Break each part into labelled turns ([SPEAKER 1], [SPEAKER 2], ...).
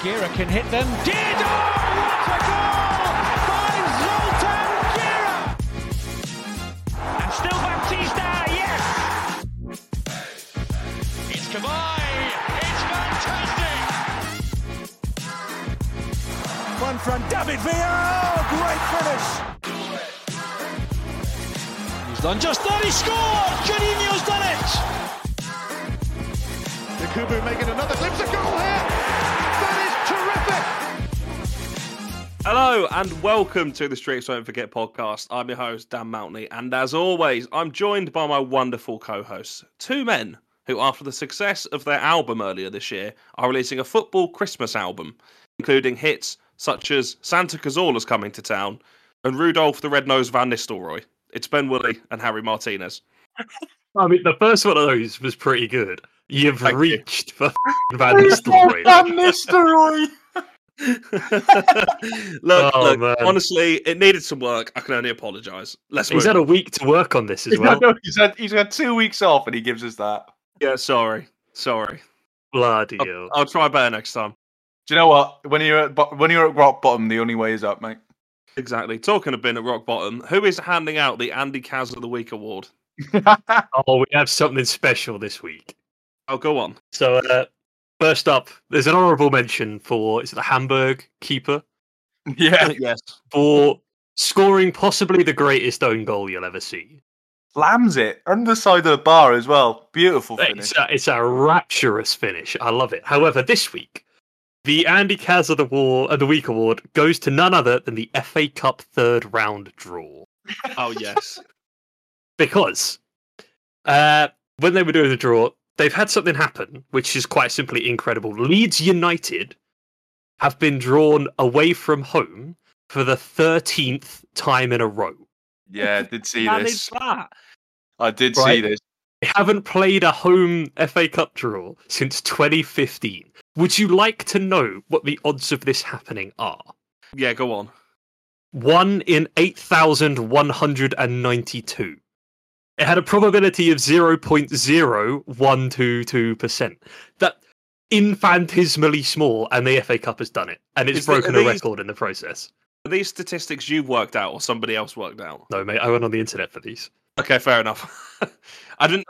[SPEAKER 1] Gira can hit them. Did! Oh, what a goal by Zoltan Gira! And still Baptista, yes! It's Kavai! It's fantastic!
[SPEAKER 2] One from David Villa. Oh, great finish.
[SPEAKER 1] He's done just that, he scored! Juninho's done it!
[SPEAKER 3] Kubu making another glimpse of goal here. That is terrific.
[SPEAKER 4] Hello and welcome to the Streets Don't Forget podcast. I'm your host, Dan Mountney, and as always, I'm joined by my wonderful co hosts, two men who, after the success of their album earlier this year, are releasing a football Christmas album, including hits such as Santa Cazorla's Coming to Town and Rudolph the Red-Nosed Van Nistelrooy. It's Ben Woolley and Harry Martinez.
[SPEAKER 5] I mean, the first one of those was pretty good. You've
[SPEAKER 4] Thank you.
[SPEAKER 5] reached for Van Nistelrooy.
[SPEAKER 2] Nistelrooy.
[SPEAKER 4] look,
[SPEAKER 5] Oh,
[SPEAKER 4] look
[SPEAKER 5] man.
[SPEAKER 4] honestly, it needed some work. I can only apologise. Let's
[SPEAKER 5] He's
[SPEAKER 4] move
[SPEAKER 5] had
[SPEAKER 4] on.
[SPEAKER 5] a week to work on this as
[SPEAKER 3] I
[SPEAKER 5] well.
[SPEAKER 3] know, he's, had, he's had two weeks off and he gives us that.
[SPEAKER 4] Yeah, sorry. Sorry.
[SPEAKER 5] Bloody
[SPEAKER 4] I'll-
[SPEAKER 5] hell.
[SPEAKER 4] I'll try better next time.
[SPEAKER 3] Do you know what? When you're at bo- when you're at rock bottom, the only way is up, mate.
[SPEAKER 4] Exactly. Talking of being at rock bottom, who is handing out the Andy Kaz of the Week award?
[SPEAKER 5] Oh, we have something special this week.
[SPEAKER 4] Oh, go on.
[SPEAKER 5] So, uh, first up, there's an honourable mention for is it the Hamburg keeper
[SPEAKER 3] yeah,
[SPEAKER 4] yes.
[SPEAKER 5] for scoring possibly the greatest own goal you'll ever see.
[SPEAKER 3] slams it under the side of the bar as well. Beautiful finish.
[SPEAKER 5] It's a, it's a rapturous finish. I love it. However, this week, the Andy Kaz of the War of the Week award goes to none other than the FA Cup third round draw.
[SPEAKER 4] Oh, yes.
[SPEAKER 5] because uh, when they were doing the draw, they've had something happen, which is quite simply incredible. Leeds United have been drawn away from home for the 13th time in a row.
[SPEAKER 3] Yeah, I did see
[SPEAKER 4] How
[SPEAKER 3] this.
[SPEAKER 4] is that?
[SPEAKER 3] I did see
[SPEAKER 5] Right.
[SPEAKER 3] this.
[SPEAKER 5] They haven't played a home FA Cup draw since 2015. Would you like to know what the odds of this happening are?
[SPEAKER 4] Yeah, go on.
[SPEAKER 5] One in 8,192. It had a probability of 0.0122%. That infinitesimally small, and the FA Cup has done it. And it's
[SPEAKER 4] Is the- are
[SPEAKER 5] broken a
[SPEAKER 4] these-
[SPEAKER 5] record in the process.
[SPEAKER 4] Are these statistics you've worked out or somebody else worked out?
[SPEAKER 5] No, mate, I went on the internet for these.
[SPEAKER 4] Okay, fair enough. I didn't.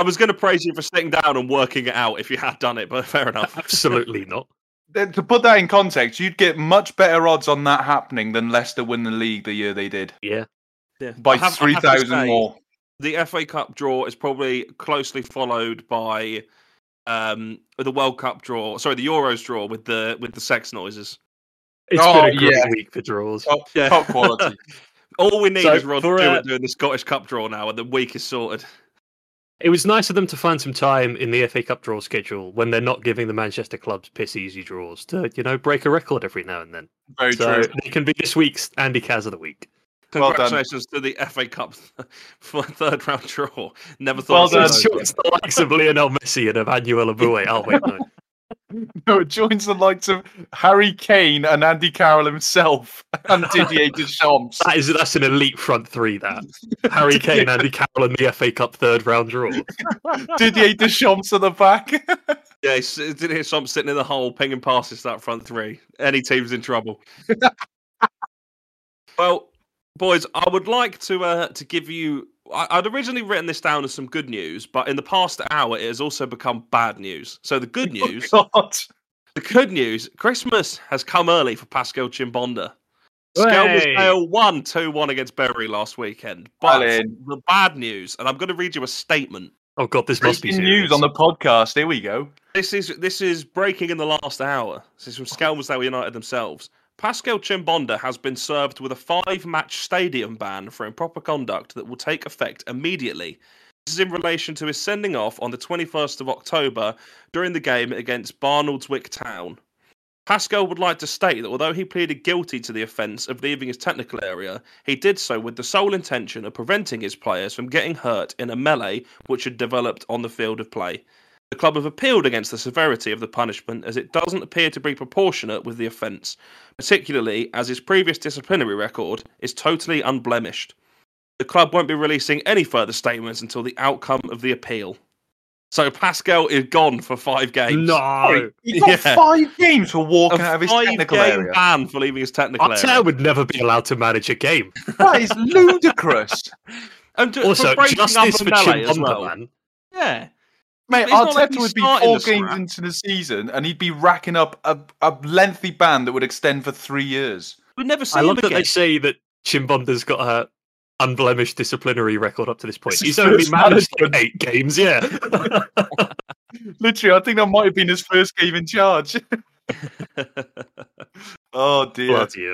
[SPEAKER 4] I was going to praise you for sitting down and working it out if you had done it, but fair enough.
[SPEAKER 5] Absolutely not.
[SPEAKER 3] Th- To put that in context, you'd get much better odds on that happening than Leicester win the league the year they did
[SPEAKER 5] Yeah.
[SPEAKER 3] by
[SPEAKER 4] I have- I
[SPEAKER 3] three
[SPEAKER 4] have to
[SPEAKER 3] thousand
[SPEAKER 4] say-
[SPEAKER 3] more.
[SPEAKER 4] the FA Cup draw is probably closely followed by um, the World Cup draw. Sorry, the Euros draw with the with the sex noises.
[SPEAKER 5] it's
[SPEAKER 3] Oh,
[SPEAKER 5] been a great
[SPEAKER 3] yeah.
[SPEAKER 5] week for draws.
[SPEAKER 3] Top,
[SPEAKER 4] Yeah.
[SPEAKER 3] top quality.
[SPEAKER 4] All we need
[SPEAKER 5] So,
[SPEAKER 4] is Rod
[SPEAKER 5] for, uh,
[SPEAKER 4] Stewart doing the Scottish Cup draw now, and the week is sorted.
[SPEAKER 5] It was nice of them to find some time in the FA Cup draw schedule when they're not giving the Manchester clubs piss easy draws to, you know, break a record every now and then.
[SPEAKER 3] Very
[SPEAKER 5] so
[SPEAKER 3] true.
[SPEAKER 5] they can be this week's Andy Kaz of the week.
[SPEAKER 3] Well done.
[SPEAKER 4] Congratulations to the FA Cup for third round draw. Never
[SPEAKER 3] Well
[SPEAKER 4] thought.
[SPEAKER 3] done.
[SPEAKER 4] I'd
[SPEAKER 5] It's
[SPEAKER 4] say those.
[SPEAKER 5] just the likes of Lionel Messi and Emmanuel Aboué. Oh wait, no.
[SPEAKER 3] No, it joins the likes of Harry Kane and Andy Carroll himself and Didier Deschamps.
[SPEAKER 5] That is that's an elite front three. That Harry Kane, Andy Carroll, and the FA Cup third round draw.
[SPEAKER 3] Didier Deschamps at the back.
[SPEAKER 4] Yeah, s- did hear some sitting in the hole, pinging passes to that front three. Any team's in trouble. well, boys, I would like to uh, to give you. I, I'd originally written this down as some good news, but in the past hour, it has also become bad news. So the good news,
[SPEAKER 3] God.
[SPEAKER 4] the good news, Christmas has come early for Pascal Chimbonda. Skelmersdale
[SPEAKER 5] Hey.
[SPEAKER 4] won 2 1 against Bury last weekend. But
[SPEAKER 3] Colin.
[SPEAKER 4] the bad news, and I'm going to read you a statement
[SPEAKER 5] Oh god, this must be
[SPEAKER 3] Breaking news
[SPEAKER 5] serious.
[SPEAKER 3] on the podcast. Here we go.
[SPEAKER 4] This is this is breaking in the last hour. This is from Skelmersdale United themselves. Pascal Chimbonda has been served with a five-match stadium ban for improper conduct that will take effect immediately. This is in relation to his sending off on the 21st of October during the game against Barnoldswick Town. Pascal would like to state that although he pleaded guilty to the offence of leaving his technical area, he did so with the sole intention of preventing his players from getting hurt in a melee which had developed on the field of play. The club have appealed against the severity of the punishment as it doesn't appear to be proportionate with the offence, particularly as his previous disciplinary record is totally unblemished. The club won't be releasing any further statements until the outcome of the appeal. So Pascal is gone for five games.
[SPEAKER 5] No.
[SPEAKER 3] He got
[SPEAKER 4] Yeah.
[SPEAKER 3] five games for walking out
[SPEAKER 4] A
[SPEAKER 3] of his
[SPEAKER 4] five
[SPEAKER 3] technical
[SPEAKER 4] game
[SPEAKER 3] area.
[SPEAKER 4] ban for leaving his technical
[SPEAKER 5] Arteta
[SPEAKER 4] area.
[SPEAKER 5] would never be allowed to manage a game.
[SPEAKER 3] That is ludicrous,
[SPEAKER 4] And ju- for
[SPEAKER 5] Also,
[SPEAKER 4] breaking up
[SPEAKER 5] justice for
[SPEAKER 4] Mbappe as
[SPEAKER 5] Chimbonda,
[SPEAKER 4] well.
[SPEAKER 5] man.
[SPEAKER 4] Yeah.
[SPEAKER 3] mate.
[SPEAKER 4] He's not letting
[SPEAKER 3] Arteta
[SPEAKER 4] you
[SPEAKER 3] would be
[SPEAKER 4] start in
[SPEAKER 3] four
[SPEAKER 4] this
[SPEAKER 3] games
[SPEAKER 4] crap.
[SPEAKER 3] into the season, and he'd be racking up a, a lengthy ban that would extend for three years.
[SPEAKER 4] We'd never see
[SPEAKER 5] I love
[SPEAKER 4] him
[SPEAKER 5] that
[SPEAKER 4] again.
[SPEAKER 5] they say that Chimbonda's got a unblemished disciplinary record up to this point.
[SPEAKER 3] This is
[SPEAKER 5] He's only
[SPEAKER 3] first
[SPEAKER 5] managed like eight games, yeah.
[SPEAKER 3] Literally, I think that might have been his first game in charge. oh dear.
[SPEAKER 5] Bloody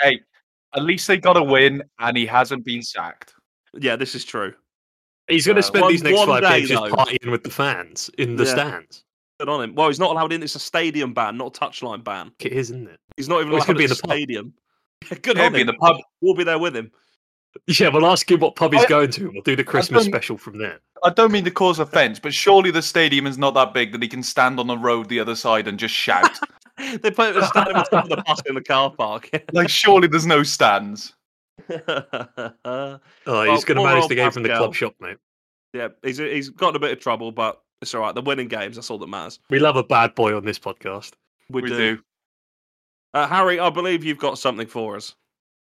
[SPEAKER 5] hell.
[SPEAKER 3] At least they got a win, and he hasn't been sacked.
[SPEAKER 4] yeah, this is true.
[SPEAKER 5] He's going to
[SPEAKER 3] Uh,
[SPEAKER 5] spend
[SPEAKER 4] one-
[SPEAKER 5] these next
[SPEAKER 4] one
[SPEAKER 5] five
[SPEAKER 4] day,
[SPEAKER 5] games just
[SPEAKER 4] though.
[SPEAKER 5] partying with the fans in the
[SPEAKER 4] Yeah.
[SPEAKER 5] stands.
[SPEAKER 4] Good on him. Well, he's not allowed in. It's a stadium ban, not a touchline ban.
[SPEAKER 5] It is, isn't it?
[SPEAKER 4] He's not even
[SPEAKER 5] Well,
[SPEAKER 4] allowed
[SPEAKER 5] he's
[SPEAKER 4] in
[SPEAKER 5] gonna be
[SPEAKER 4] the,
[SPEAKER 5] in the pub.
[SPEAKER 4] stadium. Yeah, good
[SPEAKER 3] He'll
[SPEAKER 4] on
[SPEAKER 3] be in
[SPEAKER 4] him.
[SPEAKER 3] the pub.
[SPEAKER 4] We'll be there with him.
[SPEAKER 5] Yeah, we'll ask him what pub he's
[SPEAKER 3] I-
[SPEAKER 5] going to. and We'll do the Christmas
[SPEAKER 3] done-
[SPEAKER 5] special from there.
[SPEAKER 3] I don't mean to cause offence, but surely the stadium is not that big that he can stand on the road the other side and just shout.
[SPEAKER 4] They put him in the stadium on top of the bus in the car park.
[SPEAKER 3] like, surely there's no stands.
[SPEAKER 4] yeah,
[SPEAKER 5] Oh,
[SPEAKER 4] Well,
[SPEAKER 5] he's going to
[SPEAKER 4] poor
[SPEAKER 5] manage
[SPEAKER 4] old
[SPEAKER 5] the game from the
[SPEAKER 4] Pascal.
[SPEAKER 5] club shop, mate.
[SPEAKER 4] he's he's got in a bit of trouble, but it's all right. They're winning games. That's all that matters.
[SPEAKER 5] We love a bad boy on this podcast.
[SPEAKER 4] We, do. Uh, Harry, I believe you've got something for us.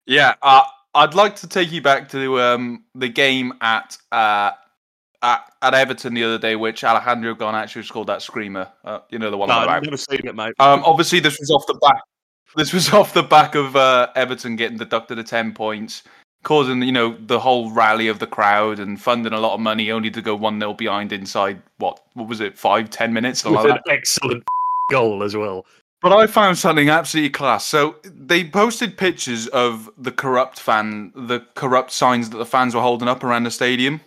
[SPEAKER 3] Yeah, uh, I'd like to take you back to um, the game at, uh, at at Everton the other day, which Alejandro Garnacho scored that screamer. Uh, you know the one
[SPEAKER 4] No,
[SPEAKER 3] I'm
[SPEAKER 4] I've
[SPEAKER 3] about.
[SPEAKER 4] never seen it, mate.
[SPEAKER 3] Um, obviously, this was off the back. This was off the back of uh, Everton getting deducted the ten points, causing you know the whole rally of the crowd and funding a lot of money, only to go one 0 behind inside what what was it five ten minutes? something
[SPEAKER 5] With
[SPEAKER 3] like
[SPEAKER 5] an
[SPEAKER 3] that.
[SPEAKER 5] excellent goal as well.
[SPEAKER 3] But I found something absolutely class. So they posted pictures of the corrupt fan, the corrupt signs that the fans were holding up around the stadium.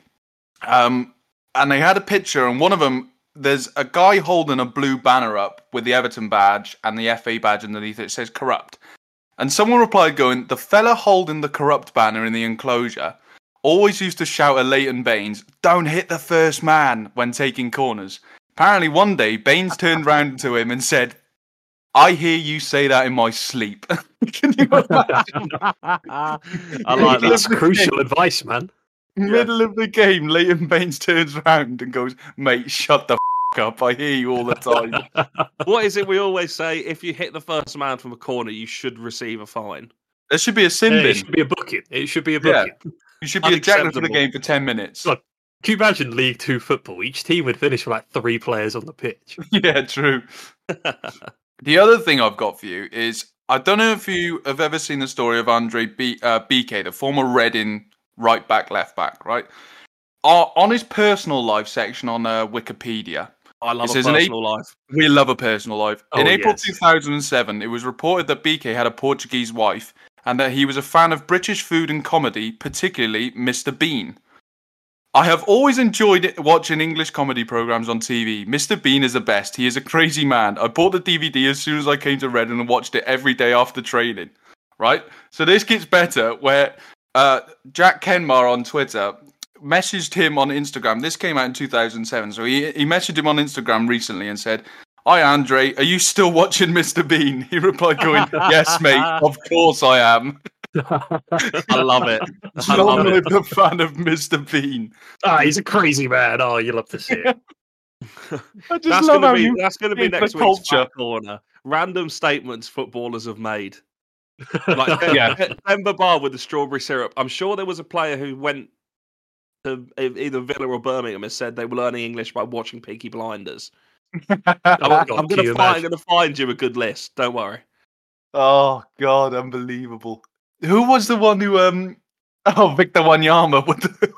[SPEAKER 3] Um, and they had a picture, and one of them, there's a guy holding a blue banner up with the Everton badge and the FA badge underneath it. It says corrupt. And someone replied, going, The fella holding the corrupt banner in the enclosure always used to shout at Leighton Baines, Don't hit the first man when taking corners. Apparently, one day, Baines turned round to him and said, I hear you say that in my sleep. Can you imagine?
[SPEAKER 4] I like
[SPEAKER 3] Middle of
[SPEAKER 5] That's
[SPEAKER 4] that.
[SPEAKER 3] the
[SPEAKER 5] crucial advice, man.
[SPEAKER 3] Middle of the game, Leighton Baines turns round and goes, Mate, shut the f- up. I hear you all the time.
[SPEAKER 4] What is it we always say? If you hit the first man from a corner, you should receive a fine.
[SPEAKER 3] there should be a sin
[SPEAKER 5] Yeah,
[SPEAKER 3] bin.
[SPEAKER 5] it should be a booking. It should be a
[SPEAKER 3] Yeah.
[SPEAKER 5] booking.
[SPEAKER 3] You should be ejected for the
[SPEAKER 4] Unacceptable.
[SPEAKER 3] game for 10 minutes.
[SPEAKER 5] Look. Can you imagine League Two football? Each team would finish with like three players on the pitch.
[SPEAKER 3] yeah, true. the other thing I've got for you is I don't know if you have ever seen the story of Andre B- uh, BK, the former Reading right back, left back, right? Uh, on his personal life section on uh, Wikipedia,
[SPEAKER 4] I love
[SPEAKER 3] This
[SPEAKER 4] a
[SPEAKER 3] is an e- eight-
[SPEAKER 4] personal life.
[SPEAKER 3] We love a personal life. In
[SPEAKER 5] Oh,
[SPEAKER 3] April
[SPEAKER 5] yes.
[SPEAKER 3] 2007, it was reported that BK had a Portuguese wife and that he was a fan of British food and comedy, particularly Mr. Bean. I have always enjoyed it- watching English comedy programs on TV. Mr. Bean is the best. He is a crazy man. I bought the DVD as soon as I came to Reading and watched it every day after training. Right? So this gets better where uh, Jack Kenmar on Twitter messaged him on Instagram. This came out in 2007. So he, he messaged him on Instagram recently and said, Hi, Andre. Are you still watching Mr. Bean? He replied, going, Yes, mate. Of course I am.
[SPEAKER 4] I love it. I
[SPEAKER 3] Long
[SPEAKER 4] love it.
[SPEAKER 3] live the fan of Mr. Bean.
[SPEAKER 5] Ah, he's a crazy man. Oh, you love to see it.
[SPEAKER 3] I just
[SPEAKER 4] That's
[SPEAKER 3] love how
[SPEAKER 4] gonna be
[SPEAKER 3] you.
[SPEAKER 4] that's gonna be
[SPEAKER 3] think the
[SPEAKER 4] next week's
[SPEAKER 3] culture.
[SPEAKER 4] Fat corner. Random statements footballers have made. Like
[SPEAKER 3] Yeah.
[SPEAKER 4] yeah. Denver Bar with the strawberry syrup. I'm sure there was a player who went to e- either Villa or Birmingham and said they were learning English by watching Peaky Blinders. I'm,
[SPEAKER 5] Oh, God,
[SPEAKER 4] I'm
[SPEAKER 5] can
[SPEAKER 4] gonna
[SPEAKER 5] you
[SPEAKER 4] find, I'm
[SPEAKER 5] imagine?
[SPEAKER 4] gonna find you a good list. Don't worry.
[SPEAKER 3] Oh, God. Unbelievable. Who was the one who. um? Oh, Victor Wanyama. With the...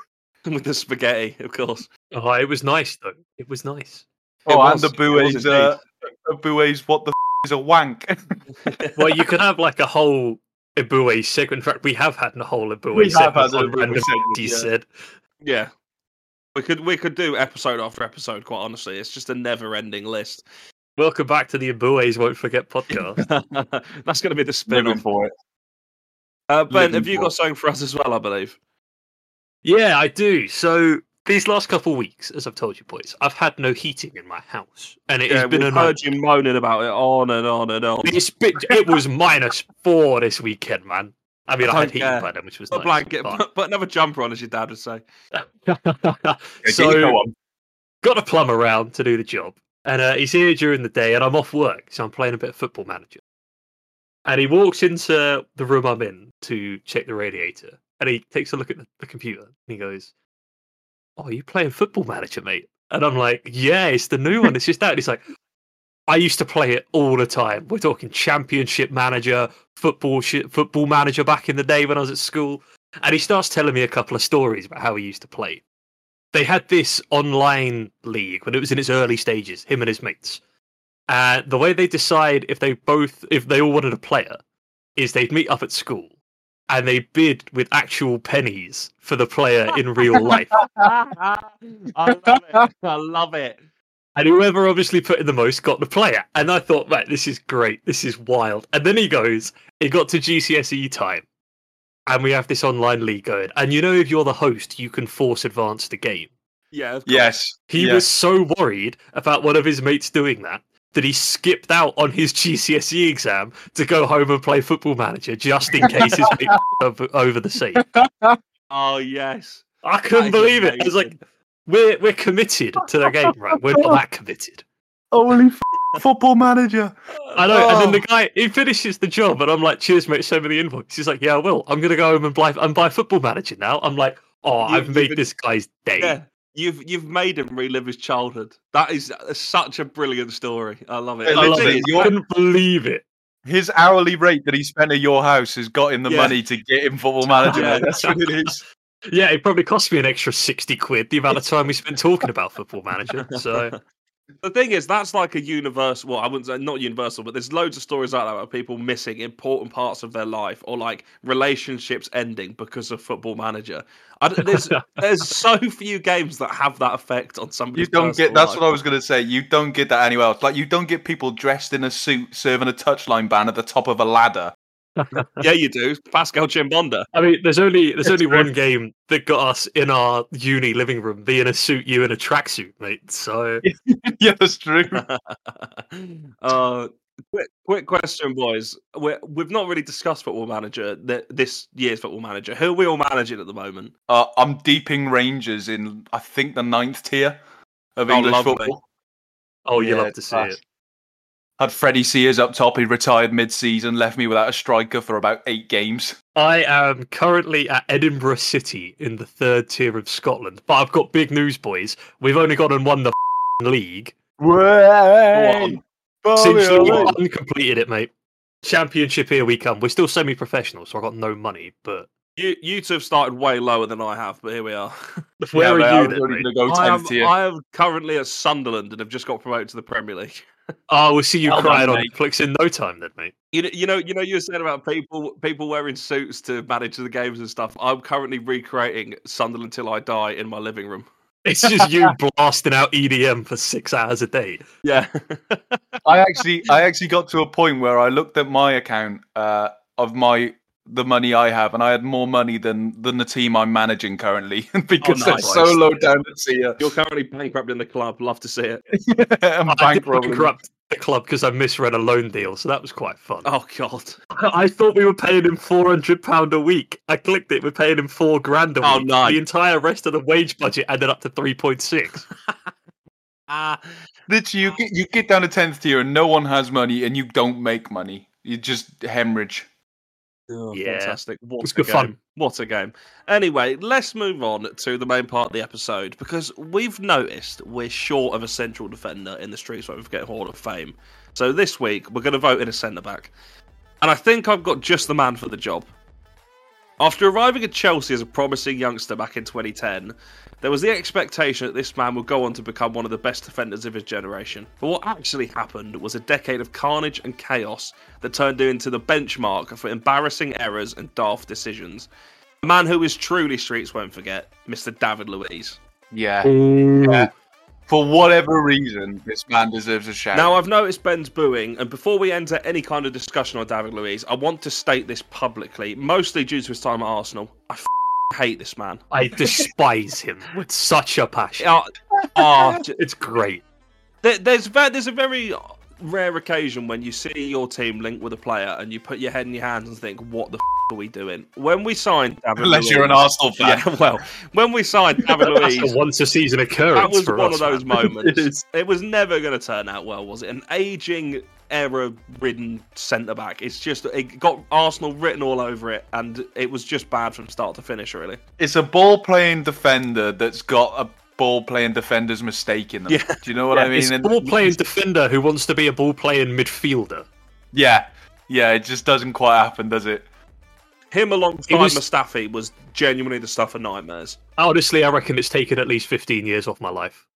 [SPEAKER 4] With the spaghetti, of course.
[SPEAKER 5] Oh, it was nice though. It was nice.
[SPEAKER 3] Oh,
[SPEAKER 4] was,
[SPEAKER 3] and the
[SPEAKER 4] it was
[SPEAKER 3] Bue's. Uh, the Bue's, what the f- is a wank?
[SPEAKER 5] Well, you could have like a whole Ibue segment. In fact, we have had a whole Ibue
[SPEAKER 3] We have
[SPEAKER 5] segment.
[SPEAKER 3] had an
[SPEAKER 5] on
[SPEAKER 3] Ebue
[SPEAKER 5] Random
[SPEAKER 3] segment,
[SPEAKER 5] Empties
[SPEAKER 3] yeah.
[SPEAKER 5] said.
[SPEAKER 4] Yeah. We could we could do episode after episode, quite honestly. It's just a never ending list.
[SPEAKER 5] Welcome back to the Ibue's Won't Forget podcast.
[SPEAKER 4] That's gonna be the spin
[SPEAKER 3] Living
[SPEAKER 4] off.
[SPEAKER 3] for it.
[SPEAKER 4] Uh, ben,
[SPEAKER 3] living
[SPEAKER 4] have you
[SPEAKER 3] for
[SPEAKER 4] got something for us as well, I believe?
[SPEAKER 5] yeah, I do. So these last couple of weeks, as I've told you, boys, I've had no heating in my house, and it has been
[SPEAKER 4] we've
[SPEAKER 5] an
[SPEAKER 4] heard you moaning about it on and on and on.
[SPEAKER 5] It's been, it was minus four this weekend, man. I mean,
[SPEAKER 4] I
[SPEAKER 5] I,
[SPEAKER 4] don't
[SPEAKER 5] had heating
[SPEAKER 4] care.
[SPEAKER 5] by then, which was
[SPEAKER 4] Put a
[SPEAKER 5] nice,
[SPEAKER 4] blanket,
[SPEAKER 5] but-
[SPEAKER 4] put, put another jumper on, as your dad would say.
[SPEAKER 3] Yeah,
[SPEAKER 5] so
[SPEAKER 3] go on.
[SPEAKER 5] got a plumber round to do the job, and uh, he's here during the day, and I'm off work, so I'm playing a bit of football manager. And he walks into the room I'm in to check the radiator, and he takes a look at the, the computer, and he goes, "Oh, are you playing football manager, mate?" And I'm like, "Yeah, it's the new one. It's just out." And he's like, "I used to play it all the time. We're talking championship manager, football shi football manager back in the day when I was at school." And he starts telling me a couple of stories about how he used to play they had this online league when it was in its early stages, him and his mates. And the way they decide if they both if they all wanted a player is they'd meet up at school and they bid with actual pennies for the player in real life.
[SPEAKER 4] I love it. I love it.
[SPEAKER 5] And whoever obviously put in the most got the player. And I thought, right, this is great. This is wild. And then he goes, it got to GCSE E time. And we have this online league going. And you know, if you're the host, you can force advance the game.
[SPEAKER 4] Yeah. of course.
[SPEAKER 3] Yes.
[SPEAKER 5] He
[SPEAKER 3] yeah.
[SPEAKER 5] was so worried about one of his mates doing that that he skipped out on his GCSE E exam to go home and play football manager just in case his mate over, over the sea.
[SPEAKER 4] Oh yes.
[SPEAKER 5] I couldn't
[SPEAKER 4] That is
[SPEAKER 5] believe it. I was like, we're we're committed to the game, right? We're not that committed.
[SPEAKER 3] Holy f- football manager.
[SPEAKER 5] I know. And then
[SPEAKER 4] Oh.
[SPEAKER 5] the guy he finishes the job, and I'm like, "Cheers, mate. Send me the invoice." He's like, "Yeah, I will. I'm gonna go home and buy and buy football manager now." I'm like, "Oh,
[SPEAKER 4] You-
[SPEAKER 5] I've
[SPEAKER 4] you've
[SPEAKER 5] made
[SPEAKER 4] been-
[SPEAKER 5] this guy's day."
[SPEAKER 4] Yeah. You've you've made him relive his childhood. That is such a brilliant story. I love it.
[SPEAKER 3] I
[SPEAKER 5] I
[SPEAKER 4] The
[SPEAKER 5] love
[SPEAKER 4] thing
[SPEAKER 5] it.
[SPEAKER 3] literally,
[SPEAKER 4] is,
[SPEAKER 5] You couldn't believe it.
[SPEAKER 3] His hourly rate that he spent at your house has got him the
[SPEAKER 4] Yeah.
[SPEAKER 3] money to get him football manager.
[SPEAKER 4] Yeah.
[SPEAKER 3] That's what it is.
[SPEAKER 5] Yeah, it probably cost me an extra sixty quid the amount of time we spent talking about football manager. So
[SPEAKER 4] the thing is, that's like a universal. Well, I wouldn't say not universal, but there's loads of stories like that about people missing important parts of their life or like relationships ending because of Football Manager. I don't- there's there's so few games that have that effect on somebody.
[SPEAKER 3] You don't get. That's what I was gonna say. You don't get that anywhere else. Like you don't get people dressed in a suit serving a touchline ban at the top of a ladder.
[SPEAKER 4] yeah, you do. Pascal Chimbonda.
[SPEAKER 5] I mean, there's only there's
[SPEAKER 3] Yes,
[SPEAKER 5] only
[SPEAKER 3] there
[SPEAKER 5] one game that got us in our uni living room, be in a suit, you in a tracksuit, mate. So
[SPEAKER 3] yeah, that's true. Hmm.
[SPEAKER 4] uh, quick, quick question, boys. We're, we've not really discussed Football Manager th- this year's Football Manager. Who are we all managing at the moment?
[SPEAKER 3] Uh, I'm deeping Rangers in I think the ninth tier of
[SPEAKER 4] Oh,
[SPEAKER 3] English
[SPEAKER 4] lovely.
[SPEAKER 3] football.
[SPEAKER 5] oh, you
[SPEAKER 3] Yeah,
[SPEAKER 5] love to see
[SPEAKER 3] class.
[SPEAKER 5] it.
[SPEAKER 3] Had Freddie Sears up top. He retired mid-season, left me without a striker for about eight games.
[SPEAKER 5] I am currently at Edinburgh City in the third tier of Scotland, but I've got big news, boys. We've only gone and won the league
[SPEAKER 3] Way.
[SPEAKER 5] since we uncompleted it, mate. Championship here we come. We're still semi-professional, so I got no money. But
[SPEAKER 4] You, you two have started way lower than I have, but here we are.
[SPEAKER 5] where
[SPEAKER 3] yeah,
[SPEAKER 5] are
[SPEAKER 3] mate, I
[SPEAKER 5] you
[SPEAKER 3] was
[SPEAKER 5] then?
[SPEAKER 3] only
[SPEAKER 5] mate?
[SPEAKER 3] gonna go
[SPEAKER 4] I am,
[SPEAKER 3] 10th tier.
[SPEAKER 4] I am currently at Sunderland and have just got promoted to the Premier League.
[SPEAKER 5] Oh, we'll see you
[SPEAKER 3] Well done,
[SPEAKER 5] crying on
[SPEAKER 3] mate.
[SPEAKER 5] Netflix in no time, then, mate.
[SPEAKER 4] You know, you know, you know, you were saying about people people wearing suits to manage the games and stuff. I'm currently recreating Sunderland till I die in my living room.
[SPEAKER 5] It's just you blasting out EDM for six hours a day.
[SPEAKER 4] Yeah,
[SPEAKER 3] I actually, I actually got to a point where I looked at my account uh, of my the money I have, and I had more money than than the team I'm managing currently because they're
[SPEAKER 5] nice.
[SPEAKER 3] so low down at sea.
[SPEAKER 4] you're currently bankrupt in the club. Love to see it.
[SPEAKER 3] I'm
[SPEAKER 5] I did
[SPEAKER 3] bankrolling.
[SPEAKER 5] bankrupt the club because I misread a loan deal, so that was quite fun.
[SPEAKER 4] Oh God.
[SPEAKER 5] I thought we were paying him four hundred pound a week. I clicked it. We're paying him four grand a
[SPEAKER 4] Oh,
[SPEAKER 5] week.
[SPEAKER 4] nice.
[SPEAKER 5] The entire rest of the wage budget added up to three point six.
[SPEAKER 4] Ah,
[SPEAKER 3] Literally, you get you get down to tenth tier, and no one has money, and you don't make money. You just hemorrhage.
[SPEAKER 5] Yeah.
[SPEAKER 4] Oh, fantastic! What
[SPEAKER 5] was
[SPEAKER 4] a
[SPEAKER 5] good
[SPEAKER 4] game.
[SPEAKER 5] fun.
[SPEAKER 4] What a game! Anyway, let's move on to the main part of the episode because we've noticed we're short of a central defender in the Streets Where We Forget Hall of Fame. So this week we're going to vote in a centre back, and I think I've got just the man for the job. After arriving at Chelsea as a promising youngster back in 2010, there was the expectation that this man would go on to become one of the best defenders of his generation. But what actually happened was a decade of carnage and chaos that turned him into the benchmark for embarrassing errors and daft decisions. A man who is truly streets won't forget, Mr. David Luiz.
[SPEAKER 3] Yeah. For whatever reason, this man deserves a shout.
[SPEAKER 4] Now, I've noticed Ben's booing, and before we enter any kind of discussion on David Luiz, I want to state this publicly, mostly due to his time at Arsenal. I f- hate this man.
[SPEAKER 5] I despise him with such a passion.
[SPEAKER 4] Ah, ah, j-
[SPEAKER 5] It's great.
[SPEAKER 4] There, there's ve- there's a very rare occasion when you see your team linked with a player and you put your head in your hands and think, "What the f- are we doing?" When we signed, David
[SPEAKER 3] Unless you're an
[SPEAKER 4] Luiz-
[SPEAKER 3] Arsenal fan.
[SPEAKER 4] yeah. Well, when we signed David
[SPEAKER 5] That's a
[SPEAKER 4] Luiz,
[SPEAKER 5] once a season occurrence.
[SPEAKER 4] that was
[SPEAKER 5] for
[SPEAKER 4] one
[SPEAKER 5] us,
[SPEAKER 4] of those
[SPEAKER 5] man.
[SPEAKER 4] moments.
[SPEAKER 5] It
[SPEAKER 4] it,
[SPEAKER 5] is.
[SPEAKER 4] was never going to turn out well, was it? An aging, error-ridden centre back. It's just it got Arsenal written all over it, and it was just bad from start to finish, really.
[SPEAKER 3] It's a ball playing defender that's got a ball playing defender's mistake in them.
[SPEAKER 4] Yeah.
[SPEAKER 3] Do you know what I mean?
[SPEAKER 5] It's
[SPEAKER 3] And-
[SPEAKER 5] ball playing defender who wants to be a ball playing midfielder.
[SPEAKER 3] yeah, yeah. It just doesn't quite happen, does it?
[SPEAKER 4] Him alongside
[SPEAKER 5] was-
[SPEAKER 4] Mustafi was genuinely the stuff of nightmares.
[SPEAKER 5] Honestly, I reckon it's taken at least 15 years off my life.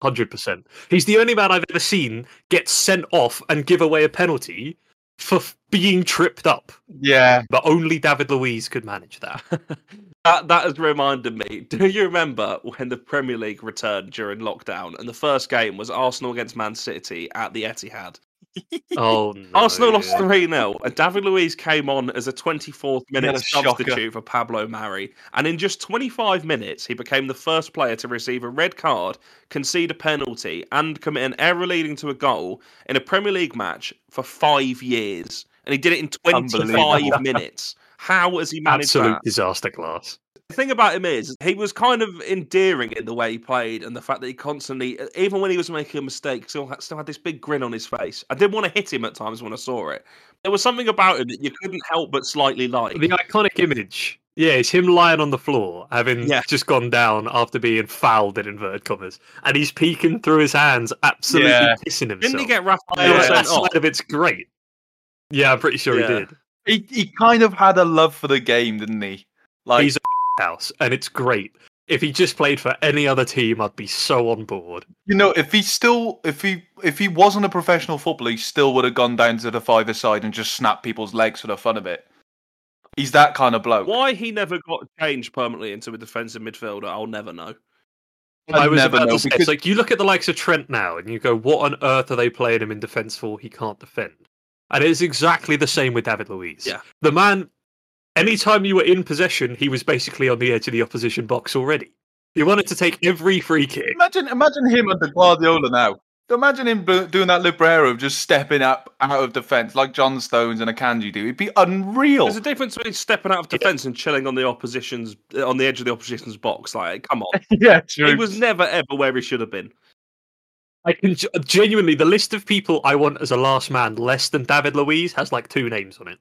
[SPEAKER 5] 100%. He's the only man I've ever seen get sent off and give away a penalty for f- being tripped up.
[SPEAKER 3] Yeah.
[SPEAKER 5] But only David Luiz could manage that.
[SPEAKER 4] That that has reminded me. Do you remember when the Premier League returned during lockdown and the first game was Arsenal against Man City at the Etihad?
[SPEAKER 5] oh, no.
[SPEAKER 4] Arsenal lost 3 0, and David Luiz came on as a 24th
[SPEAKER 3] He
[SPEAKER 4] minute
[SPEAKER 3] had a
[SPEAKER 4] substitute for Pablo Mari. And in just 25 minutes, he became the first player to receive a red card, concede a penalty, and commit an error leading to a goal in a Premier League match for five years. And he did it in 25
[SPEAKER 3] Unbelievable.
[SPEAKER 4] minutes. How has he managed
[SPEAKER 5] Absolute
[SPEAKER 4] that?
[SPEAKER 5] disaster class.
[SPEAKER 4] the thing about him is he was kind of endearing in the way he played and the fact that he constantly even when he was making a mistake still had, still had this big grin on his face i did want to hit him at times when i saw it there was something about him that you couldn't help but slightly like
[SPEAKER 5] The iconic image. Yeah, it's him lying on the floor, having
[SPEAKER 4] Yeah.
[SPEAKER 5] just gone down after being fouled in inverted commas. And he's peeking through his hands, absolutely
[SPEAKER 3] Yeah.
[SPEAKER 5] kissing himself.
[SPEAKER 4] didn't he get raphael
[SPEAKER 5] yeah,
[SPEAKER 4] sent
[SPEAKER 5] that
[SPEAKER 4] off
[SPEAKER 5] side of it's great. Yeah, I'm pretty sure
[SPEAKER 4] Yeah.
[SPEAKER 5] he did.
[SPEAKER 3] He he kind of had a love for the game, didn't he? Like
[SPEAKER 5] He's House, and it's great. If he just played for any other team, I'd be so on board.
[SPEAKER 3] you know, if he still if he if he wasn't a professional footballer, he still would have gone down to the five side and just snapped people's legs for the fun of it. He's that kind of bloke.
[SPEAKER 4] why he never got changed permanently into a defensive midfielder i'll never know
[SPEAKER 5] I was
[SPEAKER 3] never
[SPEAKER 5] about
[SPEAKER 3] know
[SPEAKER 5] to say,
[SPEAKER 3] because
[SPEAKER 5] it's like you look at the likes of Trent now, and you go, "What on earth are they playing him in defence for? He can't defend." And it's exactly the same with David Luiz.
[SPEAKER 4] Yeah.
[SPEAKER 5] the man. Anytime you were in possession, he was basically on the edge of the opposition box already. He wanted to take every free kick.
[SPEAKER 3] Imagine, imagine him under Guardiola now. Imagine him bl- doing that libero, just stepping up out of defence like John Stones and a Kanji do. It'd be unreal.
[SPEAKER 4] there's a difference between stepping out of defense and chilling on the opposition's on the edge of the opposition's box like come on
[SPEAKER 3] yeah, true.
[SPEAKER 4] he was never ever where he should have been
[SPEAKER 5] I can ge- genuinely the list of people I want as a last man, less than David Luiz, has like two names on it.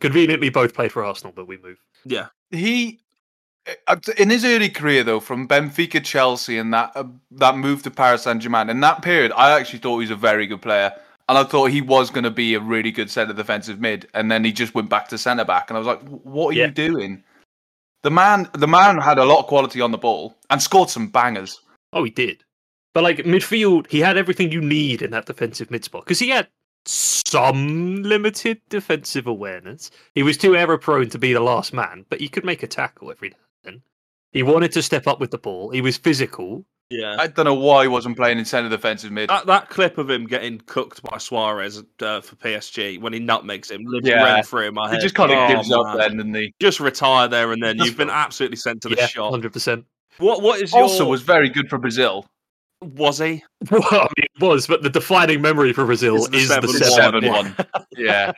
[SPEAKER 5] Conveniently, both played for Arsenal, but we move.
[SPEAKER 4] yeah
[SPEAKER 3] he uh, in his early career though, from Benfica, Chelsea, and that uh, that move to Paris Saint Germain. In that period, I actually thought he was a very good player, and I thought he was going to be a really good centre defensive mid. And then he just went back to centre back, and I was like, "Wh- "What are
[SPEAKER 5] Yeah.
[SPEAKER 3] you doing?" The man, the man had a lot of quality on the ball and scored some bangers.
[SPEAKER 5] Oh, he did. But like midfield, he had everything you need in that defensive mid spot because he had some limited defensive awareness. He was too error prone to be the last man, but he could make a tackle every now and then. He wanted to step up with the ball. He was physical.
[SPEAKER 4] yeah
[SPEAKER 3] I don't know why he wasn't playing in centre defensive mid.
[SPEAKER 4] That that clip of him getting cooked by Suarez uh, for PSG when he nutmegs him, lives
[SPEAKER 3] Yeah.
[SPEAKER 4] rent free in my head.
[SPEAKER 3] He just kind of
[SPEAKER 4] Oh,
[SPEAKER 3] gives up
[SPEAKER 4] man.
[SPEAKER 3] then, and he
[SPEAKER 4] Just retire there and then.
[SPEAKER 5] Just-
[SPEAKER 4] You've been absolutely sent to the
[SPEAKER 5] yeah,
[SPEAKER 4] shop.
[SPEAKER 5] hundred percent.
[SPEAKER 4] What what is your
[SPEAKER 3] also was very good for Brazil.
[SPEAKER 4] was he?
[SPEAKER 5] Well, I mean, it was, but the defining memory for Brazil
[SPEAKER 4] It's the
[SPEAKER 5] is the
[SPEAKER 4] 7-1.
[SPEAKER 5] seven.
[SPEAKER 3] Seven one, yeah.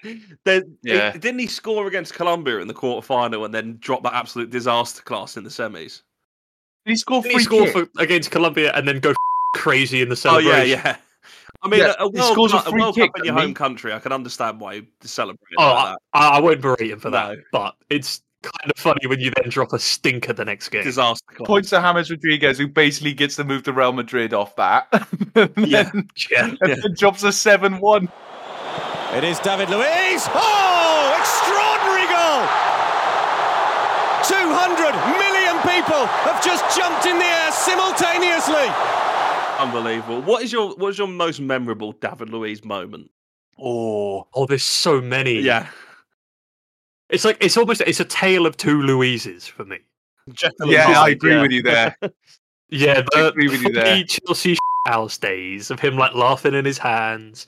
[SPEAKER 4] Then,
[SPEAKER 3] Yeah.
[SPEAKER 4] he- didn't he score against Colombia in the quarterfinal and then drop that absolute disaster class in the semis?
[SPEAKER 3] Did he score
[SPEAKER 5] Didn't he
[SPEAKER 3] free
[SPEAKER 5] score
[SPEAKER 3] kick?
[SPEAKER 5] for, against Colombia and then go crazy in the
[SPEAKER 4] Oh
[SPEAKER 5] celebration?
[SPEAKER 4] yeah, yeah. I mean,
[SPEAKER 3] Yeah,
[SPEAKER 4] a, a
[SPEAKER 3] he
[SPEAKER 4] World,
[SPEAKER 3] scores a
[SPEAKER 4] Cup, a
[SPEAKER 3] free
[SPEAKER 4] World
[SPEAKER 3] kick,
[SPEAKER 4] Cup in your
[SPEAKER 3] doesn't
[SPEAKER 4] home
[SPEAKER 3] he?
[SPEAKER 4] country, I can understand why he celebrated.
[SPEAKER 5] Oh,
[SPEAKER 4] like
[SPEAKER 5] I, I I won't berate him for that,
[SPEAKER 4] No.
[SPEAKER 5] but it's kind of funny when you then drop a stinker the next
[SPEAKER 4] that.
[SPEAKER 5] game.
[SPEAKER 4] disaster class.
[SPEAKER 3] points to James Rodriguez, who basically gets the move to Real Madrid off that.
[SPEAKER 4] Yeah.
[SPEAKER 3] and
[SPEAKER 5] Yeah.
[SPEAKER 3] then drops a 7 1.
[SPEAKER 2] It is David Luiz. Oh, extraordinary goal! 200 million people have just jumped in the air simultaneously.
[SPEAKER 4] Unbelievable. What is your what is your most memorable David Luiz moment?
[SPEAKER 5] Oh, oh, there's so many.
[SPEAKER 4] Yeah.
[SPEAKER 5] it's like it's almost it's a tale of two Louises for me.
[SPEAKER 4] Jekyll and
[SPEAKER 3] Yeah, I
[SPEAKER 4] Hyde,
[SPEAKER 3] agree
[SPEAKER 4] yeah.
[SPEAKER 3] with you there.
[SPEAKER 5] Yeah,
[SPEAKER 3] I
[SPEAKER 5] the
[SPEAKER 3] agree with you there.
[SPEAKER 5] funny Chelsea house days of him like laughing in his hands,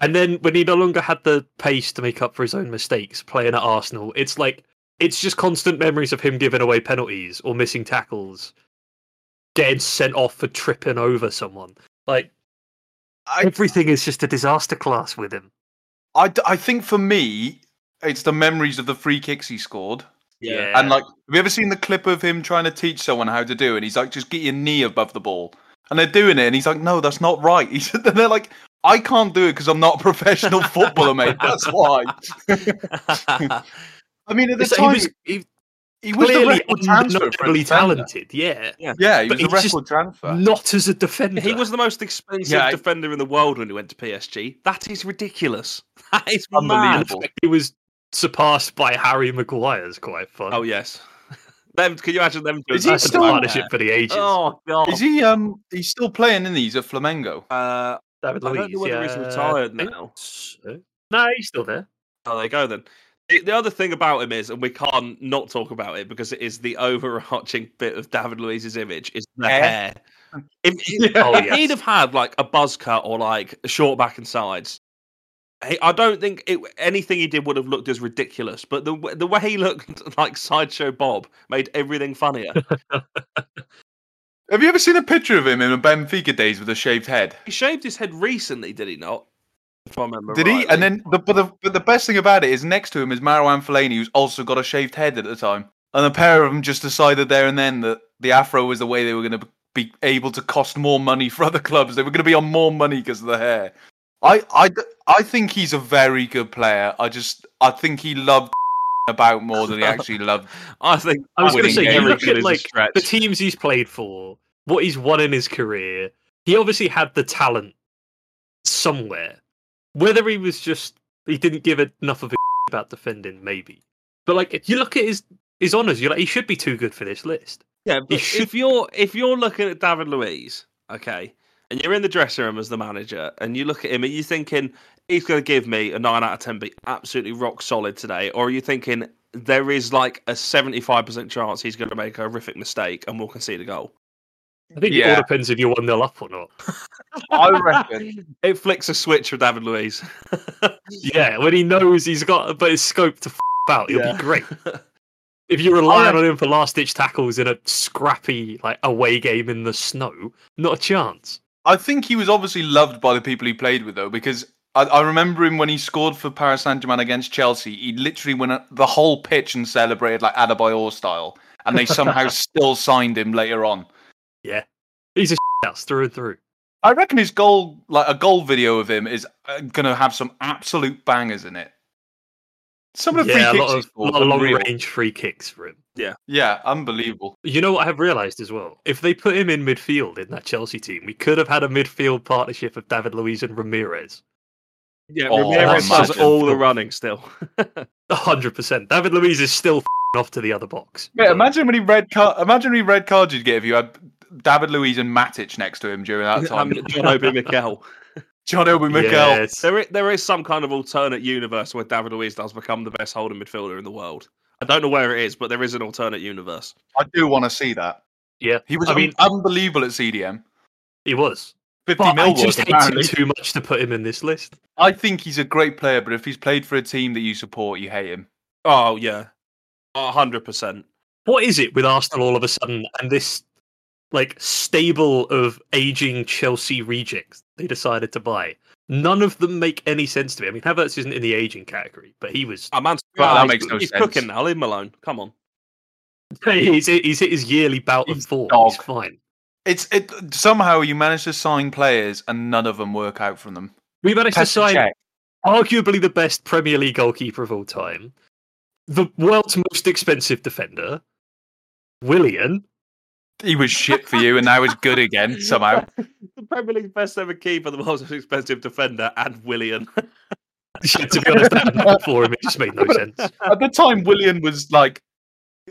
[SPEAKER 5] and then when he no longer had the pace to make up for his own mistakes playing at Arsenal, it's like it's just constant memories of him giving away penalties or missing tackles, getting sent off for tripping over someone. Like
[SPEAKER 3] I,
[SPEAKER 5] Everything is just a disaster class with him.
[SPEAKER 3] I, d- I think for me, it's the memories of the free kicks he scored.
[SPEAKER 5] Yeah.
[SPEAKER 3] And like, have you ever seen the clip of him trying to teach someone how to do? it? And he's like, just get your knee above the ball. And they're doing it, and he's like, no, that's not right. He's, and they're like, I can't do it because I'm not a professional footballer, mate. That's why. I mean, at the
[SPEAKER 5] So
[SPEAKER 3] time,
[SPEAKER 5] he was he
[SPEAKER 3] he was the
[SPEAKER 5] clearly
[SPEAKER 3] record transfer for a
[SPEAKER 5] undeniably
[SPEAKER 3] defender.
[SPEAKER 5] talented. Yeah.
[SPEAKER 3] Yeah, he
[SPEAKER 5] but
[SPEAKER 3] was a
[SPEAKER 5] he's just
[SPEAKER 3] record transfer.
[SPEAKER 5] Not as a defender.
[SPEAKER 4] He was the most expensive
[SPEAKER 3] Yeah, I-
[SPEAKER 4] defender in the world when he went to PSG. That is ridiculous. That is mad.
[SPEAKER 3] Unbelievable.
[SPEAKER 5] He was surpassed by Harry Maguire's quite fun.
[SPEAKER 4] Oh yes. Them, can you imagine them doing
[SPEAKER 3] Is he
[SPEAKER 4] that
[SPEAKER 5] That's
[SPEAKER 4] as a
[SPEAKER 5] a
[SPEAKER 3] still
[SPEAKER 5] partnership for the ages.
[SPEAKER 4] Oh god.
[SPEAKER 3] Is he? Um, he's still playing, isn't he? He's at Flamengo.
[SPEAKER 4] Uh,
[SPEAKER 5] David
[SPEAKER 4] I don't
[SPEAKER 5] Luiz,
[SPEAKER 4] know whether he's
[SPEAKER 5] yeah,
[SPEAKER 4] retired
[SPEAKER 5] I think
[SPEAKER 4] now.
[SPEAKER 5] so. No, he's still there.
[SPEAKER 4] Oh, there you go then. The, the other thing about him is, and we can't not talk about it because it is the overarching bit of David Luiz's image is the
[SPEAKER 3] Hair.
[SPEAKER 4] hair. If, if,
[SPEAKER 5] Oh,
[SPEAKER 4] if
[SPEAKER 5] yes.
[SPEAKER 4] he'd have had like a buzz cut or like a short back and sides, he, I don't think it, anything he did would have looked as ridiculous. But the w- the way he looked like sideshow Bob made everything funnier.
[SPEAKER 3] Have you ever seen a picture of him in the Benfica days with a shaved head?
[SPEAKER 4] he shaved his head recently, did he not? If I remember,
[SPEAKER 3] Did he?
[SPEAKER 4] rightly.
[SPEAKER 3] And then, the, but, the, but the best thing about it is next to him is Marouane Fellaini, who's also got a shaved head at the time. And the pair of them just decided there and then that the afro was the way they were going to be able to cost more money for other clubs. They were going to be on more money because of the hair. I, I, I think he's a very good player. I just, I think he loved about more than he actually loved.
[SPEAKER 4] I think
[SPEAKER 5] I was going to
[SPEAKER 3] Winning
[SPEAKER 5] say, you
[SPEAKER 3] games
[SPEAKER 5] look at like
[SPEAKER 4] stretch.
[SPEAKER 5] the teams he's played for, what he's won in his career. He obviously had the talent somewhere. Whether he was just he didn't give enough of a about defending, maybe. But like, if you look at his his honors, you're like, he should be too good for this list.
[SPEAKER 4] Yeah, but
[SPEAKER 5] should-
[SPEAKER 4] if you're if you're looking at David Luiz, okay, and you're in the dressing room as the manager, and you look at him and you're thinking he's going to give me a nine out of ten, be absolutely rock solid today, or are you thinking there is like a seventy five percent chance he's going to make a horrific mistake and we'll concede a goal?
[SPEAKER 5] I think it
[SPEAKER 3] Yeah.
[SPEAKER 5] all depends if you're one 0 up or not.
[SPEAKER 3] I reckon.
[SPEAKER 4] It flicks a switch for David Luiz.
[SPEAKER 5] Yeah, when he knows he's got a bit of scope to f- out, he'll
[SPEAKER 4] Yeah.
[SPEAKER 5] be great. If you're relying on him for last ditch tackles in a scrappy like away game in the snow, not a chance.
[SPEAKER 3] I think he was obviously loved by the people he played with, though, because I, I remember him when he scored for Paris Saint Germain against Chelsea. He literally went up the whole pitch and celebrated like Adebayor style, and they somehow still signed him later on.
[SPEAKER 5] He's a house through and through.
[SPEAKER 3] I reckon his goal, like a goal video of him, is uh, going to have some absolute bangers in it. Some of the
[SPEAKER 5] yeah, a
[SPEAKER 3] free
[SPEAKER 5] lot
[SPEAKER 3] kicks he
[SPEAKER 5] of,
[SPEAKER 3] scored,
[SPEAKER 5] lot of long
[SPEAKER 3] unreal.
[SPEAKER 5] range free kicks for him.
[SPEAKER 3] yeah, unbelievable.
[SPEAKER 5] You know what I have realised as well? If they put him in midfield in that Chelsea team, we could have had a midfield partnership of David Luiz and Ramirez.
[SPEAKER 4] yeah,
[SPEAKER 3] Oh,
[SPEAKER 4] Ramirez does
[SPEAKER 3] imagine.
[SPEAKER 4] all the running still.
[SPEAKER 5] A hundred percent. David Luiz is still f***ing off to the other box.
[SPEAKER 3] Yeah, imagine when he red card. Imagine when he red card you'd get if you had David Luiz and Matic next to him during that
[SPEAKER 4] Um,
[SPEAKER 3] time.
[SPEAKER 4] John Obi Mikel.
[SPEAKER 3] John Obi Mikel.
[SPEAKER 5] Yes.
[SPEAKER 4] There is, there is some kind of alternate universe where David Luiz does become the best holding midfielder in the world. I don't know where it is, but there is an alternate universe.
[SPEAKER 3] I do want to see that.
[SPEAKER 5] Yeah,
[SPEAKER 3] He was
[SPEAKER 5] I mean-
[SPEAKER 3] un- unbelievable at CDM.
[SPEAKER 5] He was.
[SPEAKER 3] 50
[SPEAKER 5] But I
[SPEAKER 3] mil
[SPEAKER 5] just
[SPEAKER 3] worth,
[SPEAKER 5] hate him
[SPEAKER 3] apparently.
[SPEAKER 5] too much to put him in this list.
[SPEAKER 3] I think he's a great player, but if he's played for a team that you support, you hate him.
[SPEAKER 4] Oh yeah, a hundred percent.
[SPEAKER 5] What is it with Arsenal all of a sudden and this like stable of aging Chelsea rejects they decided to buy? None of them make any sense to me. I mean, Havertz isn't in the aging category, but he was
[SPEAKER 4] A man's
[SPEAKER 3] Well, that
[SPEAKER 4] he's-
[SPEAKER 3] makes no
[SPEAKER 4] he's
[SPEAKER 3] sense.
[SPEAKER 4] cooking now. Leave him alone. Come on.
[SPEAKER 5] he's, he's hit his yearly bout
[SPEAKER 3] He's
[SPEAKER 5] of form. He's
[SPEAKER 3] dog.
[SPEAKER 5] fine.
[SPEAKER 3] It's it somehow you manage to sign players and none of them work out from them.
[SPEAKER 5] We managed to sign
[SPEAKER 3] Check.
[SPEAKER 5] arguably the best Premier League goalkeeper of all time, the world's most expensive defender, Willian.
[SPEAKER 3] He was shit for you, and now he's good again somehow.
[SPEAKER 4] the Premier League's best ever keeper, the world's most expensive defender, and Willian.
[SPEAKER 5] Yeah, to be honest, that happened for him. It just made no sense.
[SPEAKER 3] At the time, William was like,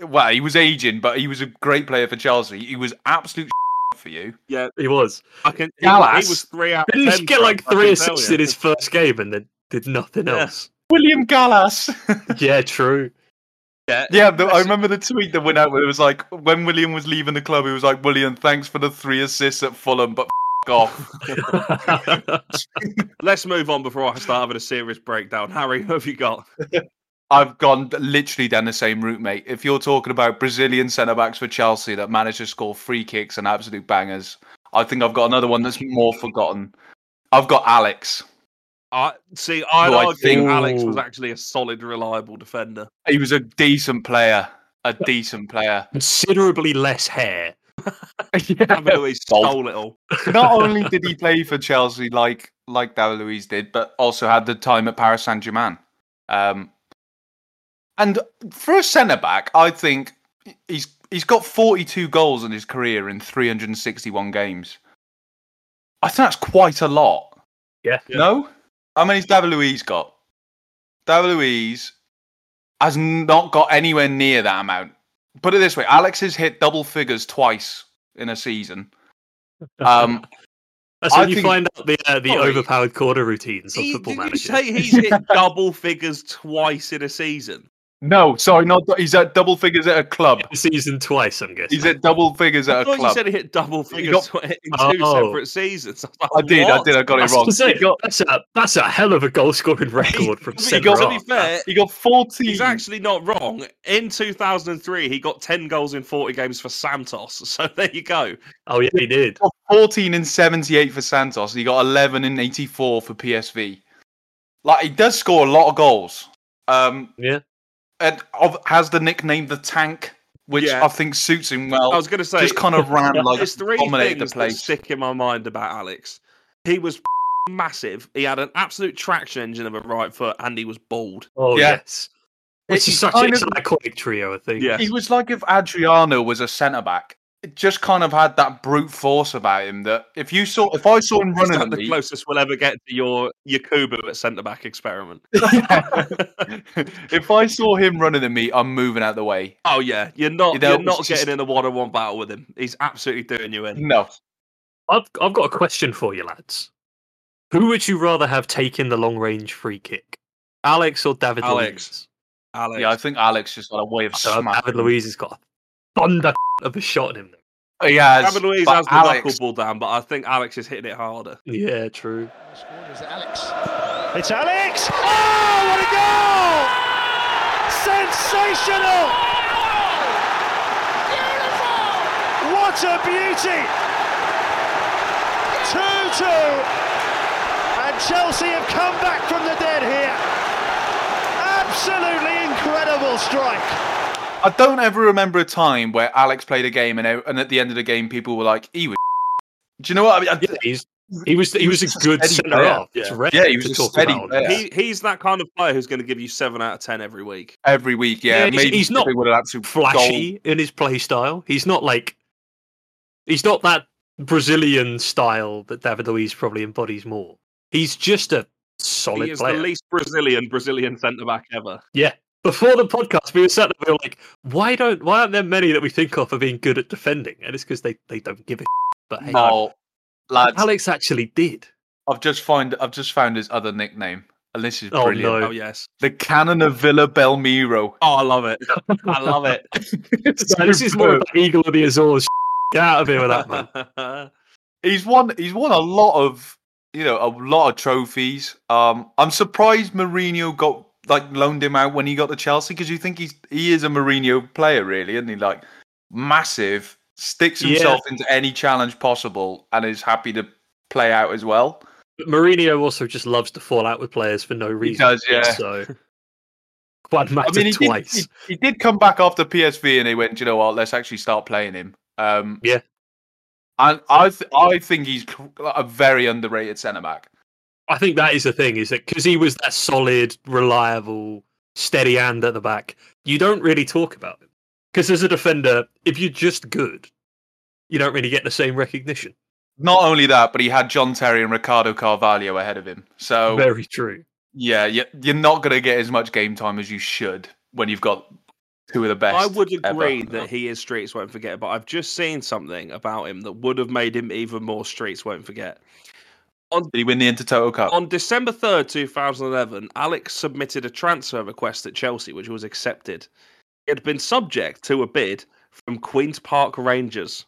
[SPEAKER 3] well, he was aging, but he was a great player for Chelsea. He was absolute shit for you.
[SPEAKER 5] He was.
[SPEAKER 4] I can. He,
[SPEAKER 3] Gallas.
[SPEAKER 4] he was three out. of
[SPEAKER 5] Didn't he
[SPEAKER 4] 10
[SPEAKER 5] get
[SPEAKER 4] for
[SPEAKER 5] like
[SPEAKER 4] him, I
[SPEAKER 5] three
[SPEAKER 4] can tell
[SPEAKER 5] assists
[SPEAKER 4] you.
[SPEAKER 5] in his first game and then did nothing
[SPEAKER 4] Yeah.
[SPEAKER 5] else?
[SPEAKER 3] William Gallas.
[SPEAKER 5] Yeah, true.
[SPEAKER 4] Yeah.
[SPEAKER 3] Yeah, the, I remember the tweet that went out where it was like, when William was leaving the club, he was like, William, thanks for the three assists at Fulham, but f- off.
[SPEAKER 4] Let's move on before I start having a serious breakdown. Harry, who have you got?
[SPEAKER 3] I've gone literally down the same route, mate. If you're talking about Brazilian centre backs for Chelsea that managed to score free kicks and absolute bangers, I think I've got another one that's more forgotten. I've got Alex.
[SPEAKER 4] I see. I'd
[SPEAKER 3] Who I
[SPEAKER 4] argue
[SPEAKER 3] think-
[SPEAKER 4] Alex was actually a solid, reliable defender.
[SPEAKER 3] He was a decent player. A decent player.
[SPEAKER 5] Considerably less hair.
[SPEAKER 4] David Luiz
[SPEAKER 3] Bold.
[SPEAKER 4] stole it all.
[SPEAKER 3] Not only did he play for Chelsea like like David Luiz did, but also had the time at Paris Saint Germain. Um, and for a centre back, I think he's he's got forty two goals in his career in three hundred and sixty one games. I think that's quite a lot.
[SPEAKER 5] Yeah.
[SPEAKER 3] No? How many's David Luiz got? David Luiz has not got anywhere near that amount. Put it this way, Alex has hit double figures twice in a season. Um,
[SPEAKER 5] That's
[SPEAKER 3] I
[SPEAKER 5] when you
[SPEAKER 3] think-
[SPEAKER 5] find out the uh, the
[SPEAKER 4] Sorry.
[SPEAKER 5] overpowered corner routines of
[SPEAKER 4] He-
[SPEAKER 5] football
[SPEAKER 4] did
[SPEAKER 5] manager.
[SPEAKER 4] you say he's hit double figures twice in a season?
[SPEAKER 3] No, sorry, not he's at double figures at a club.
[SPEAKER 5] The season twice, I'm guessing.
[SPEAKER 3] He's at double figures at
[SPEAKER 4] I
[SPEAKER 3] a
[SPEAKER 4] thought you
[SPEAKER 3] club.
[SPEAKER 4] said he hit double
[SPEAKER 3] He
[SPEAKER 4] figures tw- in two
[SPEAKER 5] Oh.
[SPEAKER 4] separate seasons. was
[SPEAKER 3] I
[SPEAKER 4] like,
[SPEAKER 3] did, I
[SPEAKER 4] what?
[SPEAKER 3] did, I got it
[SPEAKER 5] That's,
[SPEAKER 3] wrong.
[SPEAKER 5] insane. that's a that's a hell of a goal scoring record from
[SPEAKER 4] To be-
[SPEAKER 5] centre
[SPEAKER 4] to be
[SPEAKER 5] half.
[SPEAKER 4] fair,
[SPEAKER 3] He got 14.
[SPEAKER 4] he's actually not wrong. In 2003, he got 10 goals in 40 games for Santos. So there you go.
[SPEAKER 5] Oh yeah, he did.
[SPEAKER 3] got 14 and 78 for Santos, and he got 11 and 84 for PSV. Like he does score a lot of goals. Um,
[SPEAKER 5] Yeah.
[SPEAKER 3] and of, has the nickname the Tank, which
[SPEAKER 4] Yeah.
[SPEAKER 3] I think suits him well.
[SPEAKER 4] I was going to say,
[SPEAKER 3] just kind of ran like
[SPEAKER 4] there's three
[SPEAKER 3] dominated the
[SPEAKER 4] things that
[SPEAKER 3] place.
[SPEAKER 4] stick in my mind about Alex. He was massive. He had an absolute traction engine of a right foot, and he was bald.
[SPEAKER 5] Oh
[SPEAKER 3] Yeah.
[SPEAKER 5] yes, which
[SPEAKER 3] It-
[SPEAKER 5] is such
[SPEAKER 3] kind
[SPEAKER 5] it's
[SPEAKER 3] of-
[SPEAKER 5] an iconic trio, I think.
[SPEAKER 4] Yeah.
[SPEAKER 3] He was like if Adriano was a centre back. It just kind of had that brute force about him that if you saw if I saw him
[SPEAKER 4] Is
[SPEAKER 3] running
[SPEAKER 4] that
[SPEAKER 3] at
[SPEAKER 4] the
[SPEAKER 3] me,
[SPEAKER 4] closest we'll ever get to your Yakubu at centre back experiment?
[SPEAKER 3] if I saw him running at me, I'm moving out of the way.
[SPEAKER 4] Oh yeah, you're not
[SPEAKER 3] You know,
[SPEAKER 4] you are
[SPEAKER 3] it's
[SPEAKER 4] not
[SPEAKER 3] just- Mm,
[SPEAKER 4] getting in a one on one battle with him. He's absolutely doing you in.
[SPEAKER 3] No,
[SPEAKER 5] I've I've got a question for you lads. Who would you rather have taken the long range free kick, Alex or David
[SPEAKER 4] Alex. Alex.
[SPEAKER 3] yeah, I think Alex just got a way of
[SPEAKER 5] Luiz? So David
[SPEAKER 3] smashing.
[SPEAKER 5] Luiz has got a thunder of a shot in him.
[SPEAKER 3] He has,
[SPEAKER 4] David Luiz
[SPEAKER 3] but
[SPEAKER 4] has the
[SPEAKER 3] Alex-
[SPEAKER 4] knuckleball down, but I think Alex is hitting it harder.
[SPEAKER 5] Yeah, true.
[SPEAKER 6] Is it Alex? It's Alex! Oh, what a goal! Sensational! What a beauty! 2 2. And Chelsea have come back from the dead here. Absolutely incredible strike.
[SPEAKER 3] I don't ever remember a time where Alex played a game and, e, and at the end of the game people were like, "He was." Do you know what? I mean, I-
[SPEAKER 5] Yeah, he's he was he was a
[SPEAKER 3] just a
[SPEAKER 5] good
[SPEAKER 3] steady
[SPEAKER 5] centre
[SPEAKER 3] player.
[SPEAKER 5] half. It's
[SPEAKER 4] Yeah.
[SPEAKER 5] rare
[SPEAKER 3] Yeah, he was
[SPEAKER 5] to
[SPEAKER 3] a
[SPEAKER 5] talk
[SPEAKER 3] steady
[SPEAKER 5] about.
[SPEAKER 3] player. Yeah.
[SPEAKER 4] He he's that kind of player who's going to give you seven out of ten every week.
[SPEAKER 3] every week, yeah,
[SPEAKER 5] Yeah, he's-
[SPEAKER 3] maybe
[SPEAKER 5] he's not
[SPEAKER 3] they would have absolute
[SPEAKER 5] flashy in his play style. He's not like he's not that Brazilian style that David Luiz probably embodies more. He's just a solid
[SPEAKER 4] he is
[SPEAKER 5] player.
[SPEAKER 4] the least Brazilian Brazilian centre back ever.
[SPEAKER 5] Before the podcast, we were sat there, we were like, why don't why aren't there many that we think of for being good at defending? And it's because they, they don't give a but hey,
[SPEAKER 3] goal. No, lads,
[SPEAKER 5] Alex actually did.
[SPEAKER 3] I've just find I've just found his other nickname, and this is
[SPEAKER 5] Oh,
[SPEAKER 3] brilliant.
[SPEAKER 5] no.
[SPEAKER 4] Oh yes.
[SPEAKER 3] The Cannon of Villa Belmiro.
[SPEAKER 4] Oh, I love it. I love it.
[SPEAKER 5] So this is more about Eagle of the Azores. Get out of here with that man.
[SPEAKER 3] he's won he's won a lot of you know a lot of trophies. Um, I'm surprised Mourinho got like loaned him out when he got to Chelsea because you think he's he is a Mourinho player really, isn't he? Like massive, sticks
[SPEAKER 5] Yeah.
[SPEAKER 3] himself into any challenge possible and is happy to play out as well.
[SPEAKER 5] But Mourinho also just loves to fall out with players for no reason.
[SPEAKER 3] does, yeah.
[SPEAKER 5] So Quad
[SPEAKER 3] I
[SPEAKER 5] mattered
[SPEAKER 3] mean, he
[SPEAKER 5] twice.
[SPEAKER 3] did he, he did come back after PSV and they went, "Do you know what? Let's actually start playing him. Um,
[SPEAKER 5] Yeah.
[SPEAKER 3] and I th- I think he's a very underrated centre back.
[SPEAKER 5] I think that is the thing, is that because he was that solid, reliable, steady hand at the back, you don't really talk about him. Because as a defender, if you're just good, you don't really get the same recognition.
[SPEAKER 3] Not only that, but he had John Terry and Ricardo Carvalho ahead of him. So
[SPEAKER 5] Very true.
[SPEAKER 3] yeah, you- you're not going to get as much game time as you should when you've got two of the best.
[SPEAKER 4] I would
[SPEAKER 3] ever.
[SPEAKER 4] agree that he is Streets Won't Forget, but I've just seen something about him that would have made him even more Streets Won't Forget.
[SPEAKER 3] Did he win the Intertoto Cup?
[SPEAKER 4] On December 3rd, 2011, Alex submitted a transfer request at Chelsea, which was accepted. He had been subject to a bid from Queen's Park Rangers.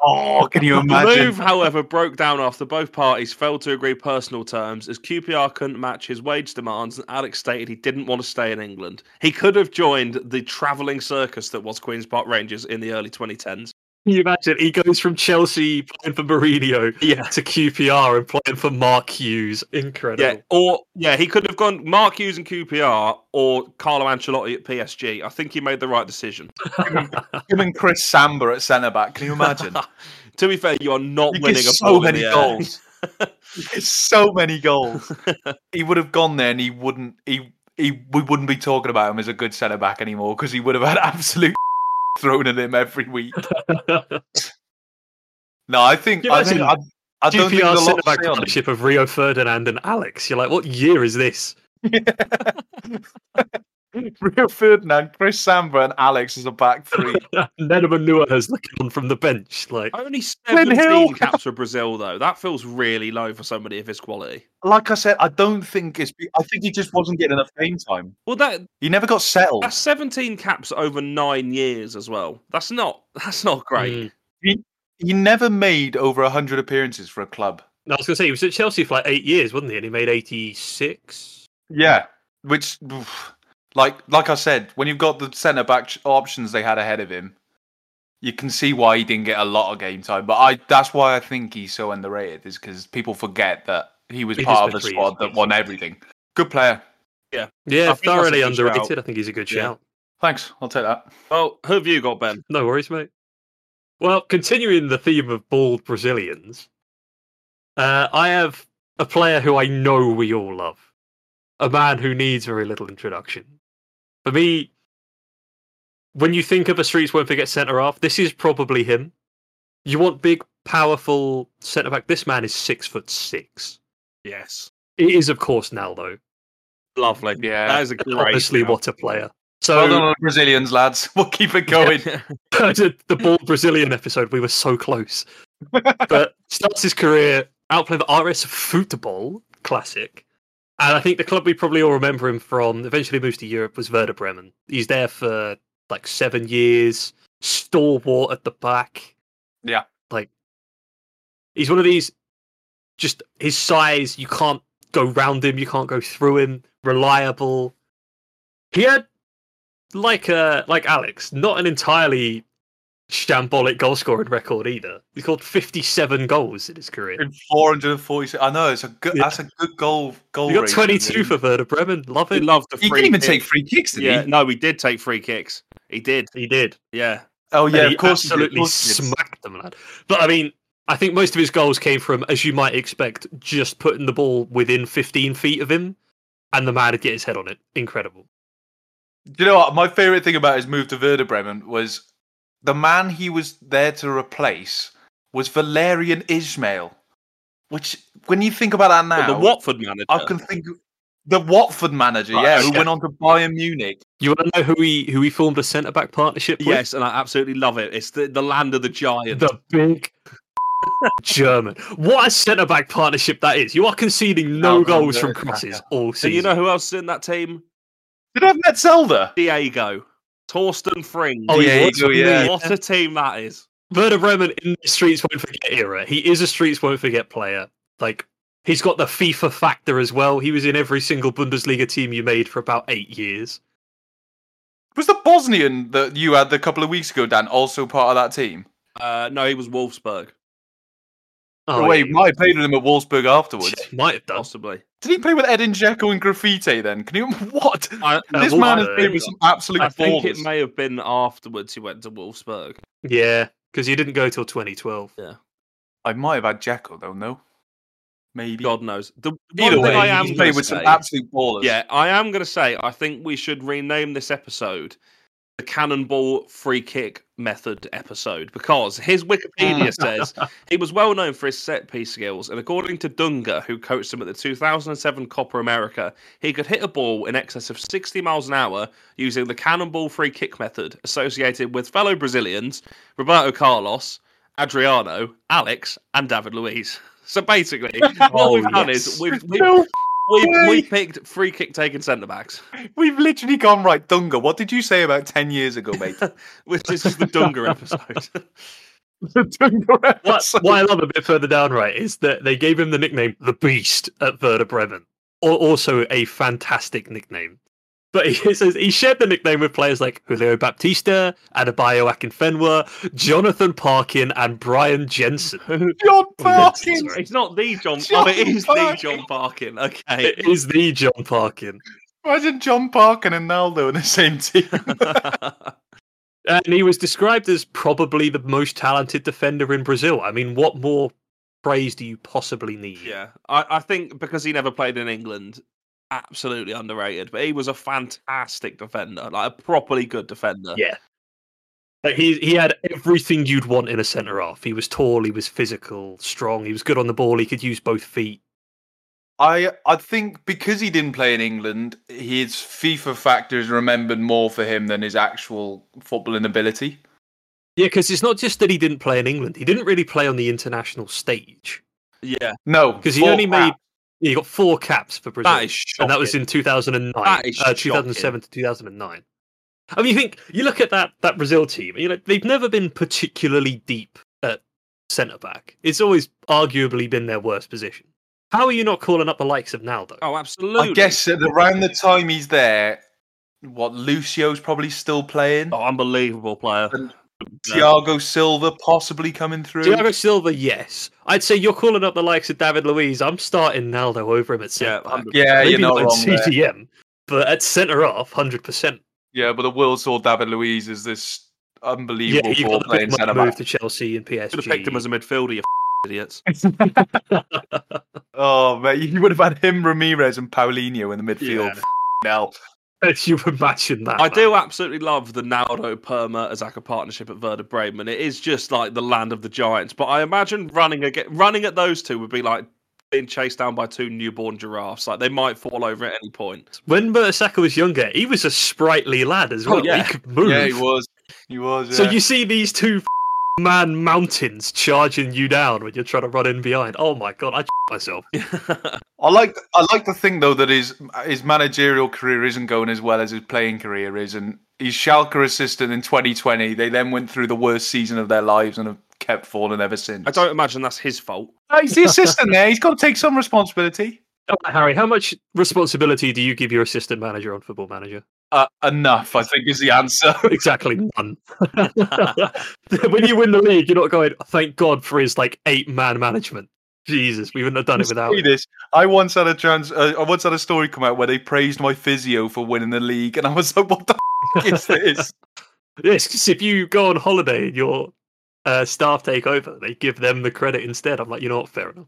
[SPEAKER 3] Oh, can you
[SPEAKER 4] The
[SPEAKER 3] imagine?
[SPEAKER 4] move, however, broke down after both parties failed to agree personal terms as QPR couldn't match his wage demands and Alex stated he didn't want to stay in England. He could have joined the travelling circus that was Queen's Park Rangers in the early 2010s.
[SPEAKER 5] you imagine he goes from Chelsea playing for Mourinho
[SPEAKER 4] Yeah.
[SPEAKER 5] to QPR and playing for Mark Hughes? Incredible.
[SPEAKER 4] Yeah, uh, or yeah, he could have gone Mark Hughes and QPR or Carlo Ancelotti at PSG. I think he made the right decision.
[SPEAKER 3] Him and Chris Samba at centre back. Can you imagine?
[SPEAKER 4] To be fair, you are not
[SPEAKER 3] He
[SPEAKER 4] winning
[SPEAKER 3] gets
[SPEAKER 4] a
[SPEAKER 3] so
[SPEAKER 4] ball in
[SPEAKER 3] many
[SPEAKER 4] the air.
[SPEAKER 3] goals. He gets so many goals. he would have gone there, and he wouldn't. He he we wouldn't be talking about him as a good centre back anymore because he would have had absolute thrown at him every week. no, I think
[SPEAKER 5] Can you
[SPEAKER 3] I think I,
[SPEAKER 5] imagine
[SPEAKER 3] I don't think
[SPEAKER 5] QPR
[SPEAKER 3] there's a
[SPEAKER 5] sent
[SPEAKER 3] lot
[SPEAKER 5] a
[SPEAKER 3] back on him.
[SPEAKER 5] partnership of Rio Ferdinand and Alex. You're like, what year is this?
[SPEAKER 3] Rio Ferdinand, Chris Samba, and Alex as a back three.
[SPEAKER 5] Neneman Nua has looking on from the bench. Like,
[SPEAKER 4] Only
[SPEAKER 3] Glenn Hill.
[SPEAKER 4] 17 caps for Brazil, though. That feels really low for somebody of his quality.
[SPEAKER 3] like I said, I don't think it's. be- I think he just wasn't getting enough game time.
[SPEAKER 4] Well, that
[SPEAKER 3] He never got settled.
[SPEAKER 4] that's 17 caps over nine years as well. That's not that's not great.
[SPEAKER 5] mm.
[SPEAKER 3] He never made over hundred appearances for a club.
[SPEAKER 5] I was going to say, he was at Chelsea for like eight years, wasn't he? And he made 86.
[SPEAKER 3] Yeah, which, oof. like, like I said, when you've got the centre back ch- options they had ahead of him, you can see why he didn't get a lot of game time. But I, that's why I think he's so underrated, is because people forget that he was
[SPEAKER 5] He just
[SPEAKER 3] part of
[SPEAKER 5] spent
[SPEAKER 3] the
[SPEAKER 5] three
[SPEAKER 3] squad
[SPEAKER 5] years,
[SPEAKER 3] that won everything. Good player.
[SPEAKER 5] Yeah,
[SPEAKER 4] I think that's a
[SPEAKER 5] thoroughly
[SPEAKER 4] good shout.
[SPEAKER 5] underrated. I think he's a good
[SPEAKER 4] Yeah.
[SPEAKER 5] shout.
[SPEAKER 3] Thanks. I'll take that.
[SPEAKER 4] Well, who have you got, Ben?
[SPEAKER 5] No worries, mate. Well, continuing the theme of bald Brazilians, uh, I have a player who I know we all love, a man who needs very little introduction. For me, when you think of a Streets won't forget centre half, this is probably him. You want big, powerful centre back. This man is six foot six.
[SPEAKER 4] Yes.
[SPEAKER 5] It is, of course, Naldo.
[SPEAKER 4] Lovely.
[SPEAKER 3] Yeah.
[SPEAKER 4] That is a great.
[SPEAKER 5] Honestly,
[SPEAKER 4] shout.
[SPEAKER 5] what a player! So
[SPEAKER 3] Uh, Well done, on the Brazilians lads. We'll keep it going.
[SPEAKER 5] the the bald Brazilian episode, we were so close. but starts his career outplaying the RS Football Classic. And I think the club we probably all remember him from, eventually moves to Europe, was Werder Bremen. He's there for like seven years, stalwart at the back.
[SPEAKER 3] Yeah.
[SPEAKER 5] Like, he's one of these, just his size, you can't go round him, you can't go through him, reliable. He had like uh like Alex, not an entirely shambolic goal scoring record either. He scored fifty seven goals in his career.
[SPEAKER 3] In 446. I know it's a good.
[SPEAKER 5] Yeah.
[SPEAKER 3] That's a good goal. Goal.
[SPEAKER 5] He got
[SPEAKER 3] rate,
[SPEAKER 5] twenty
[SPEAKER 3] really.
[SPEAKER 5] two for Werder Bremen. Love
[SPEAKER 4] He
[SPEAKER 5] it.
[SPEAKER 4] loved the free
[SPEAKER 3] He didn't even
[SPEAKER 4] kick.
[SPEAKER 3] take free kicks, did
[SPEAKER 4] Yeah,
[SPEAKER 3] he?
[SPEAKER 4] no, he did take free kicks. He did.
[SPEAKER 5] He did.
[SPEAKER 4] Yeah.
[SPEAKER 3] Oh
[SPEAKER 5] And
[SPEAKER 3] yeah,
[SPEAKER 5] he
[SPEAKER 3] of course. he did, of
[SPEAKER 5] absolutely
[SPEAKER 3] course he did.
[SPEAKER 5] smacked them, lad. But I mean, I think most of his goals came from, as you might expect, just putting the ball within fifteen feet of him, and the man would get his head on it. Incredible.
[SPEAKER 3] Do you know what? My favorite thing about his move to Werder Bremen was the man he was there to replace was Valerian Ismail, which, when you think about that now,
[SPEAKER 4] The Watford manager.
[SPEAKER 3] I can think the Watford manager,
[SPEAKER 4] Right,
[SPEAKER 3] yeah, who
[SPEAKER 4] okay.
[SPEAKER 3] went on to Bayern Munich.
[SPEAKER 5] You want to know who he who he formed a centre back partnership with?
[SPEAKER 4] Yes, and I absolutely love it. It's the, the land of the giants.
[SPEAKER 5] The big German. What a centre back partnership that is. You are conceding no
[SPEAKER 3] Alvaro
[SPEAKER 5] goals from
[SPEAKER 3] Morata.
[SPEAKER 5] crosses all
[SPEAKER 4] so
[SPEAKER 5] season.
[SPEAKER 4] you know who else is in that team?
[SPEAKER 3] Did I have Metzelder?
[SPEAKER 4] Diego. Torsten Fring.
[SPEAKER 3] Oh, yeah,
[SPEAKER 4] What a-
[SPEAKER 3] Diego, yeah.
[SPEAKER 4] What a team that is.
[SPEAKER 5] Werder Bremen in the Streets Won't Forget era. He is a Streets Won't Forget player. Like, he's got the FIFA factor as well. He was in every single Bundesliga team you made for about eight years.
[SPEAKER 3] Was the Bosnian that you had a couple of weeks ago, Dan, also part of that team?
[SPEAKER 4] Uh, no, he was Wolfsburg,
[SPEAKER 5] Oh,
[SPEAKER 3] Wait,
[SPEAKER 5] yeah,
[SPEAKER 3] might have played with him at Wolfsburg afterwards.
[SPEAKER 5] shit, might have done.
[SPEAKER 4] possibly.
[SPEAKER 3] Did he play with Edin Dzeko and Graffiti then? Can you what?
[SPEAKER 4] I,
[SPEAKER 3] this
[SPEAKER 5] Wolfsburg.
[SPEAKER 3] man has played with some absolute
[SPEAKER 4] I think it
[SPEAKER 3] ballers.
[SPEAKER 4] may have been afterwards he went to Wolfsburg.
[SPEAKER 5] Yeah, because he didn't go till 2012.
[SPEAKER 3] I might have had Dzeko though, no? Maybe.
[SPEAKER 4] God knows. The one
[SPEAKER 3] Either
[SPEAKER 4] thing
[SPEAKER 3] way,
[SPEAKER 4] I am
[SPEAKER 3] he's
[SPEAKER 4] gonna
[SPEAKER 3] played with some
[SPEAKER 4] say-
[SPEAKER 3] absolute ballers.
[SPEAKER 4] Yeah, I am going to say I think we should rename this episode the Cannonball Free Kick Method episode because his Wikipedia says he was well known for his set piece skills. And according to Dunga, who coached him at the 2007 Copper America, he could hit a ball in excess of 60 miles an hour using the Cannonball Free Kick Method associated with fellow Brazilians Roberto Carlos, Adriano, Alex, and David Luiz. So basically, what
[SPEAKER 5] Oh,
[SPEAKER 4] we've done
[SPEAKER 5] yes.
[SPEAKER 4] is we've, we've
[SPEAKER 3] No,
[SPEAKER 4] we, we
[SPEAKER 3] Yay.
[SPEAKER 4] picked free kick taking centre backs,
[SPEAKER 3] we've literally gone right, Dunga. What did you say about ten years ago, mate?
[SPEAKER 4] which is the Dunga episode.
[SPEAKER 3] Dunga
[SPEAKER 5] What,
[SPEAKER 3] episode.
[SPEAKER 5] what I love a bit further down, right, is that they gave him the nickname The Beast at Werder Bremen. Al- Also, a fantastic nickname. But he says he shared the nickname with players like Julio Baptista, Adebayo Akinfenwa, Jonathan Parkin, and Brian Jensen.
[SPEAKER 3] John
[SPEAKER 5] Parkin!
[SPEAKER 4] It's not the John.
[SPEAKER 3] John
[SPEAKER 4] oh, it is
[SPEAKER 3] Parkin.
[SPEAKER 4] the John Parkin. Okay.
[SPEAKER 5] It is the John Parkin.
[SPEAKER 3] Imagine John Parkin and Naldo in the same team.
[SPEAKER 5] And he was described as probably the most talented defender in Brazil. I mean, what more praise do you possibly need?
[SPEAKER 4] yeah, I, I think because he never played in England, absolutely underrated. But he was a fantastic defender, like a properly good defender.
[SPEAKER 5] Yeah. Like he he had everything you'd want in a centre half. He was tall, he was physical, strong, he was good on the ball, he could use both feet.
[SPEAKER 3] I I think because he didn't play in England, his FIFA factor is remembered more for him than his actual footballing ability.
[SPEAKER 5] Yeah, because it's not just that he didn't play in England. He didn't really play on the international stage
[SPEAKER 4] yeah.
[SPEAKER 3] No,
[SPEAKER 5] because he
[SPEAKER 3] for
[SPEAKER 5] only
[SPEAKER 3] that,
[SPEAKER 5] made he got four caps for Brazil,
[SPEAKER 4] That is shocking.
[SPEAKER 5] and that was in 2009,
[SPEAKER 4] That is
[SPEAKER 5] uh, 2007 to 2009. I mean, you think you look at that that Brazil team, you know they've never been particularly deep at centre back. It's always arguably been their worst position. How are you not calling up the likes of Naldo?
[SPEAKER 4] oh, absolutely.
[SPEAKER 3] I guess at around the time he's there, what Lucio's probably still playing.
[SPEAKER 4] Oh, unbelievable player.
[SPEAKER 3] Thiago Silva possibly coming through.
[SPEAKER 5] Thiago Silva, yes. I'd say you're calling up the likes of David Luiz. I'm starting Naldo over him at
[SPEAKER 4] Yeah,
[SPEAKER 5] centre back.
[SPEAKER 4] 100%.
[SPEAKER 3] yeah,
[SPEAKER 5] Maybe
[SPEAKER 3] you're not
[SPEAKER 5] not in
[SPEAKER 3] wrong. there.
[SPEAKER 5] CDM, but at centre off, hundred percent.
[SPEAKER 3] Yeah, but the world saw David Luiz as this
[SPEAKER 5] Yeah,
[SPEAKER 3] unbelievable
[SPEAKER 5] you
[SPEAKER 3] ball
[SPEAKER 5] got the
[SPEAKER 3] playing
[SPEAKER 5] big money
[SPEAKER 3] centre
[SPEAKER 5] move
[SPEAKER 3] back.
[SPEAKER 5] to Chelsea and PSG.
[SPEAKER 4] Should have picked him as a midfielder, you idiots.
[SPEAKER 3] Oh, mate, you would have had him, Ramirez, and Paulinho in the midfield. Now,
[SPEAKER 5] As you imagine that.
[SPEAKER 4] I
[SPEAKER 5] man.
[SPEAKER 4] do absolutely love the Naldo Perma Azaka partnership at Werder Bremen. It is just like the land of the giants. But I imagine running again, running at those two would be like being chased down by two newborn giraffes. Like they might fall over at any point.
[SPEAKER 5] When Murasaka was younger, he was a sprightly lad as
[SPEAKER 4] Oh,
[SPEAKER 5] well.
[SPEAKER 4] yeah.
[SPEAKER 5] He could move.
[SPEAKER 3] yeah, he was. He was.
[SPEAKER 5] So
[SPEAKER 3] yeah.
[SPEAKER 5] you see these two man mountains charging you down when you're trying to run in behind. Oh my god, I myself.
[SPEAKER 3] I like I like to think though that his his managerial career isn't going as well as his playing career is, and his Schalke assistant in 2020. They then went through the worst season of their lives and have kept falling ever since.
[SPEAKER 4] I don't imagine that's his fault.
[SPEAKER 3] No, he's the assistant there. He's got to take some responsibility.
[SPEAKER 5] Oh, Harry, how much responsibility do you give your assistant manager on Football Manager?
[SPEAKER 3] Uh, enough, I think, is the answer.
[SPEAKER 5] exactly none. when you win the league, you're not going. Thank God for his like eight man management. Jesus, we wouldn't have done it without.
[SPEAKER 3] Say
[SPEAKER 5] him.
[SPEAKER 3] this. I once had a trans. Uh, I once had a story come out where they praised my physio for winning the league, and I was like, "What the f- is this?"
[SPEAKER 5] Yes, 'cause if you go on holiday and your uh, staff take over, they give them the credit instead. I'm like, you know what? Fair enough.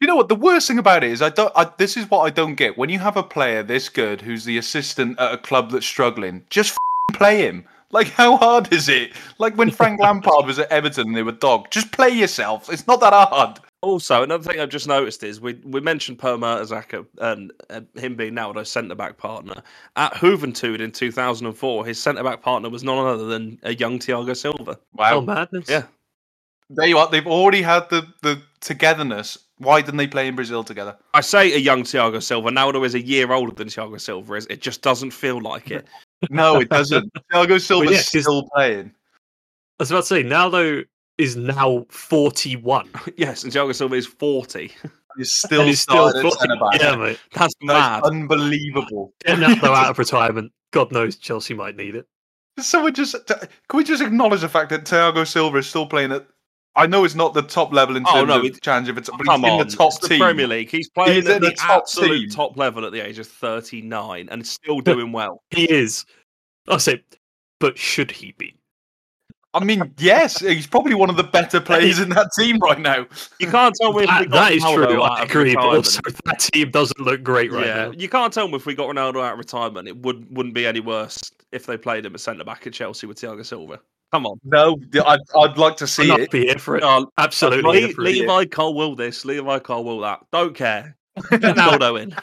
[SPEAKER 3] You know what? The worst thing about it is, I don't. I, this is what I don't get. When you have a player this good who's the assistant at a club that's struggling, just f***ing play him. Like, how hard is it? Like when Frank Lampard was at Everton, and they were dog. Just play yourself. It's not that hard.
[SPEAKER 4] Also, another thing I've just noticed is we we mentioned Perma Azaka and uh, him being Naldo's centre back partner at Juventud in 2004. His centre back partner was none other than a young Thiago Silva.
[SPEAKER 5] Oh,
[SPEAKER 3] Wow.
[SPEAKER 5] madness.
[SPEAKER 4] Um, Yeah.
[SPEAKER 3] There you are. They've already had the the togetherness. Why didn't they play in Brazil together?
[SPEAKER 4] I say a young Thiago Silva. Naldo is a year older than Thiago Silva is. It just doesn't feel like it.
[SPEAKER 3] No, it doesn't. Thiago Silva's
[SPEAKER 5] yeah, 'cause-
[SPEAKER 3] still playing.
[SPEAKER 5] I was about to say Naldo is now 41
[SPEAKER 4] yes, and Thiago Silva is 40.
[SPEAKER 3] He's still
[SPEAKER 5] and he's still
[SPEAKER 3] starting at centre back.
[SPEAKER 5] Yeah, mate.
[SPEAKER 4] That's
[SPEAKER 3] That's
[SPEAKER 4] mad.
[SPEAKER 3] unbelievable.
[SPEAKER 5] Get Naldo out of retirement. God knows Chelsea might need it.
[SPEAKER 3] So we just t- can we just acknowledge the fact that Thiago Silva is still playing at? I know it's not the top level in
[SPEAKER 4] Oh,
[SPEAKER 3] terms
[SPEAKER 4] no,
[SPEAKER 3] of
[SPEAKER 4] it-
[SPEAKER 3] challenge, but he's
[SPEAKER 4] Come on,
[SPEAKER 3] in the top
[SPEAKER 4] it's the
[SPEAKER 3] team.
[SPEAKER 4] Premier League. He's playing
[SPEAKER 3] is
[SPEAKER 4] at
[SPEAKER 3] in
[SPEAKER 4] the,
[SPEAKER 3] the top
[SPEAKER 4] absolute
[SPEAKER 3] team.
[SPEAKER 4] top level at the age of 39 and still doing well.
[SPEAKER 5] He is. I say, but should he be?
[SPEAKER 3] I mean, yes, he's probably one of the better players in that team right now.
[SPEAKER 4] You can't tell me if we
[SPEAKER 5] That-
[SPEAKER 4] got
[SPEAKER 5] that is
[SPEAKER 4] Ronaldo
[SPEAKER 5] true.
[SPEAKER 4] out
[SPEAKER 5] I
[SPEAKER 4] of
[SPEAKER 5] agree. But
[SPEAKER 4] retirement.
[SPEAKER 5] also, that team doesn't look great right
[SPEAKER 4] yeah,
[SPEAKER 5] now.
[SPEAKER 4] you can't tell them if we got Ronaldo out of retirement. It would wouldn't be any worse if they played him at centre back at Chelsea with Thiago Silva. Come on,
[SPEAKER 3] No, I'd, I'd like to see
[SPEAKER 5] I'd
[SPEAKER 3] it.
[SPEAKER 5] be here for it.
[SPEAKER 4] No,
[SPEAKER 5] Absolutely.
[SPEAKER 4] Le-
[SPEAKER 5] here for it.
[SPEAKER 4] Levi Cole will this. Levi Cole will that. Don't care. Get Ronaldo in.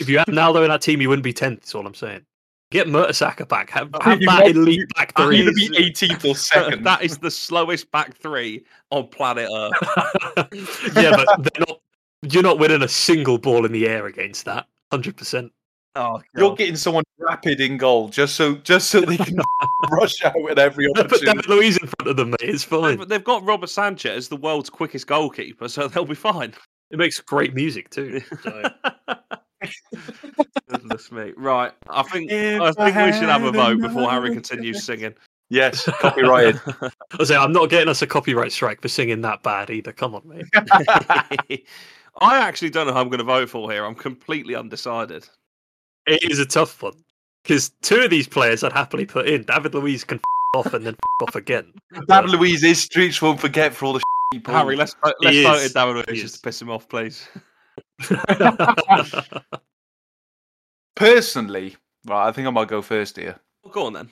[SPEAKER 5] If you had Naldo in that team, you wouldn't be tenth. That's all I'm saying. Get Mertesacker back. Have, have
[SPEAKER 3] you
[SPEAKER 5] that
[SPEAKER 3] want-
[SPEAKER 5] elite back
[SPEAKER 4] that
[SPEAKER 5] three.
[SPEAKER 3] Either be 18th or second.
[SPEAKER 4] that is the slowest back three on planet Earth.
[SPEAKER 5] yeah, but they're not. You're not winning a single ball in the air against that. Hundred percent.
[SPEAKER 4] Oh,
[SPEAKER 3] You're getting someone rapid in goal just so just so they can rush out at every
[SPEAKER 5] Put
[SPEAKER 3] opportunity.
[SPEAKER 5] David Luiz in front of them, mate. It's fine.
[SPEAKER 4] But they've got Robert Sanchez as the world's quickest goalkeeper, so they'll be fine.
[SPEAKER 5] It makes great music too. So.
[SPEAKER 4] Goodness. goodness me! Right, I think
[SPEAKER 3] If
[SPEAKER 4] I think
[SPEAKER 3] I
[SPEAKER 4] we should have a
[SPEAKER 3] had
[SPEAKER 4] vote before
[SPEAKER 3] another
[SPEAKER 4] Harry continues singing.
[SPEAKER 3] Yes, copyrighted.
[SPEAKER 5] I say I'm not getting us a copyright strike for singing that bad either. Come on, mate.
[SPEAKER 4] I actually don't know who I'm going to vote for here. I'm completely undecided.
[SPEAKER 5] It is a tough one because two of these players I'd happily put in. David Luiz can f- off and then f- off again.
[SPEAKER 3] Dad Louise is streets won't forget for all the shit he
[SPEAKER 4] Harry,
[SPEAKER 3] pulled.
[SPEAKER 4] let's vote- let's
[SPEAKER 5] He
[SPEAKER 4] vote in
[SPEAKER 5] is.
[SPEAKER 4] Darren
[SPEAKER 5] He
[SPEAKER 4] Lewis
[SPEAKER 5] is.
[SPEAKER 4] just to piss him off, please.
[SPEAKER 3] Personally, right, I think I might go first here.
[SPEAKER 4] Well, go on then.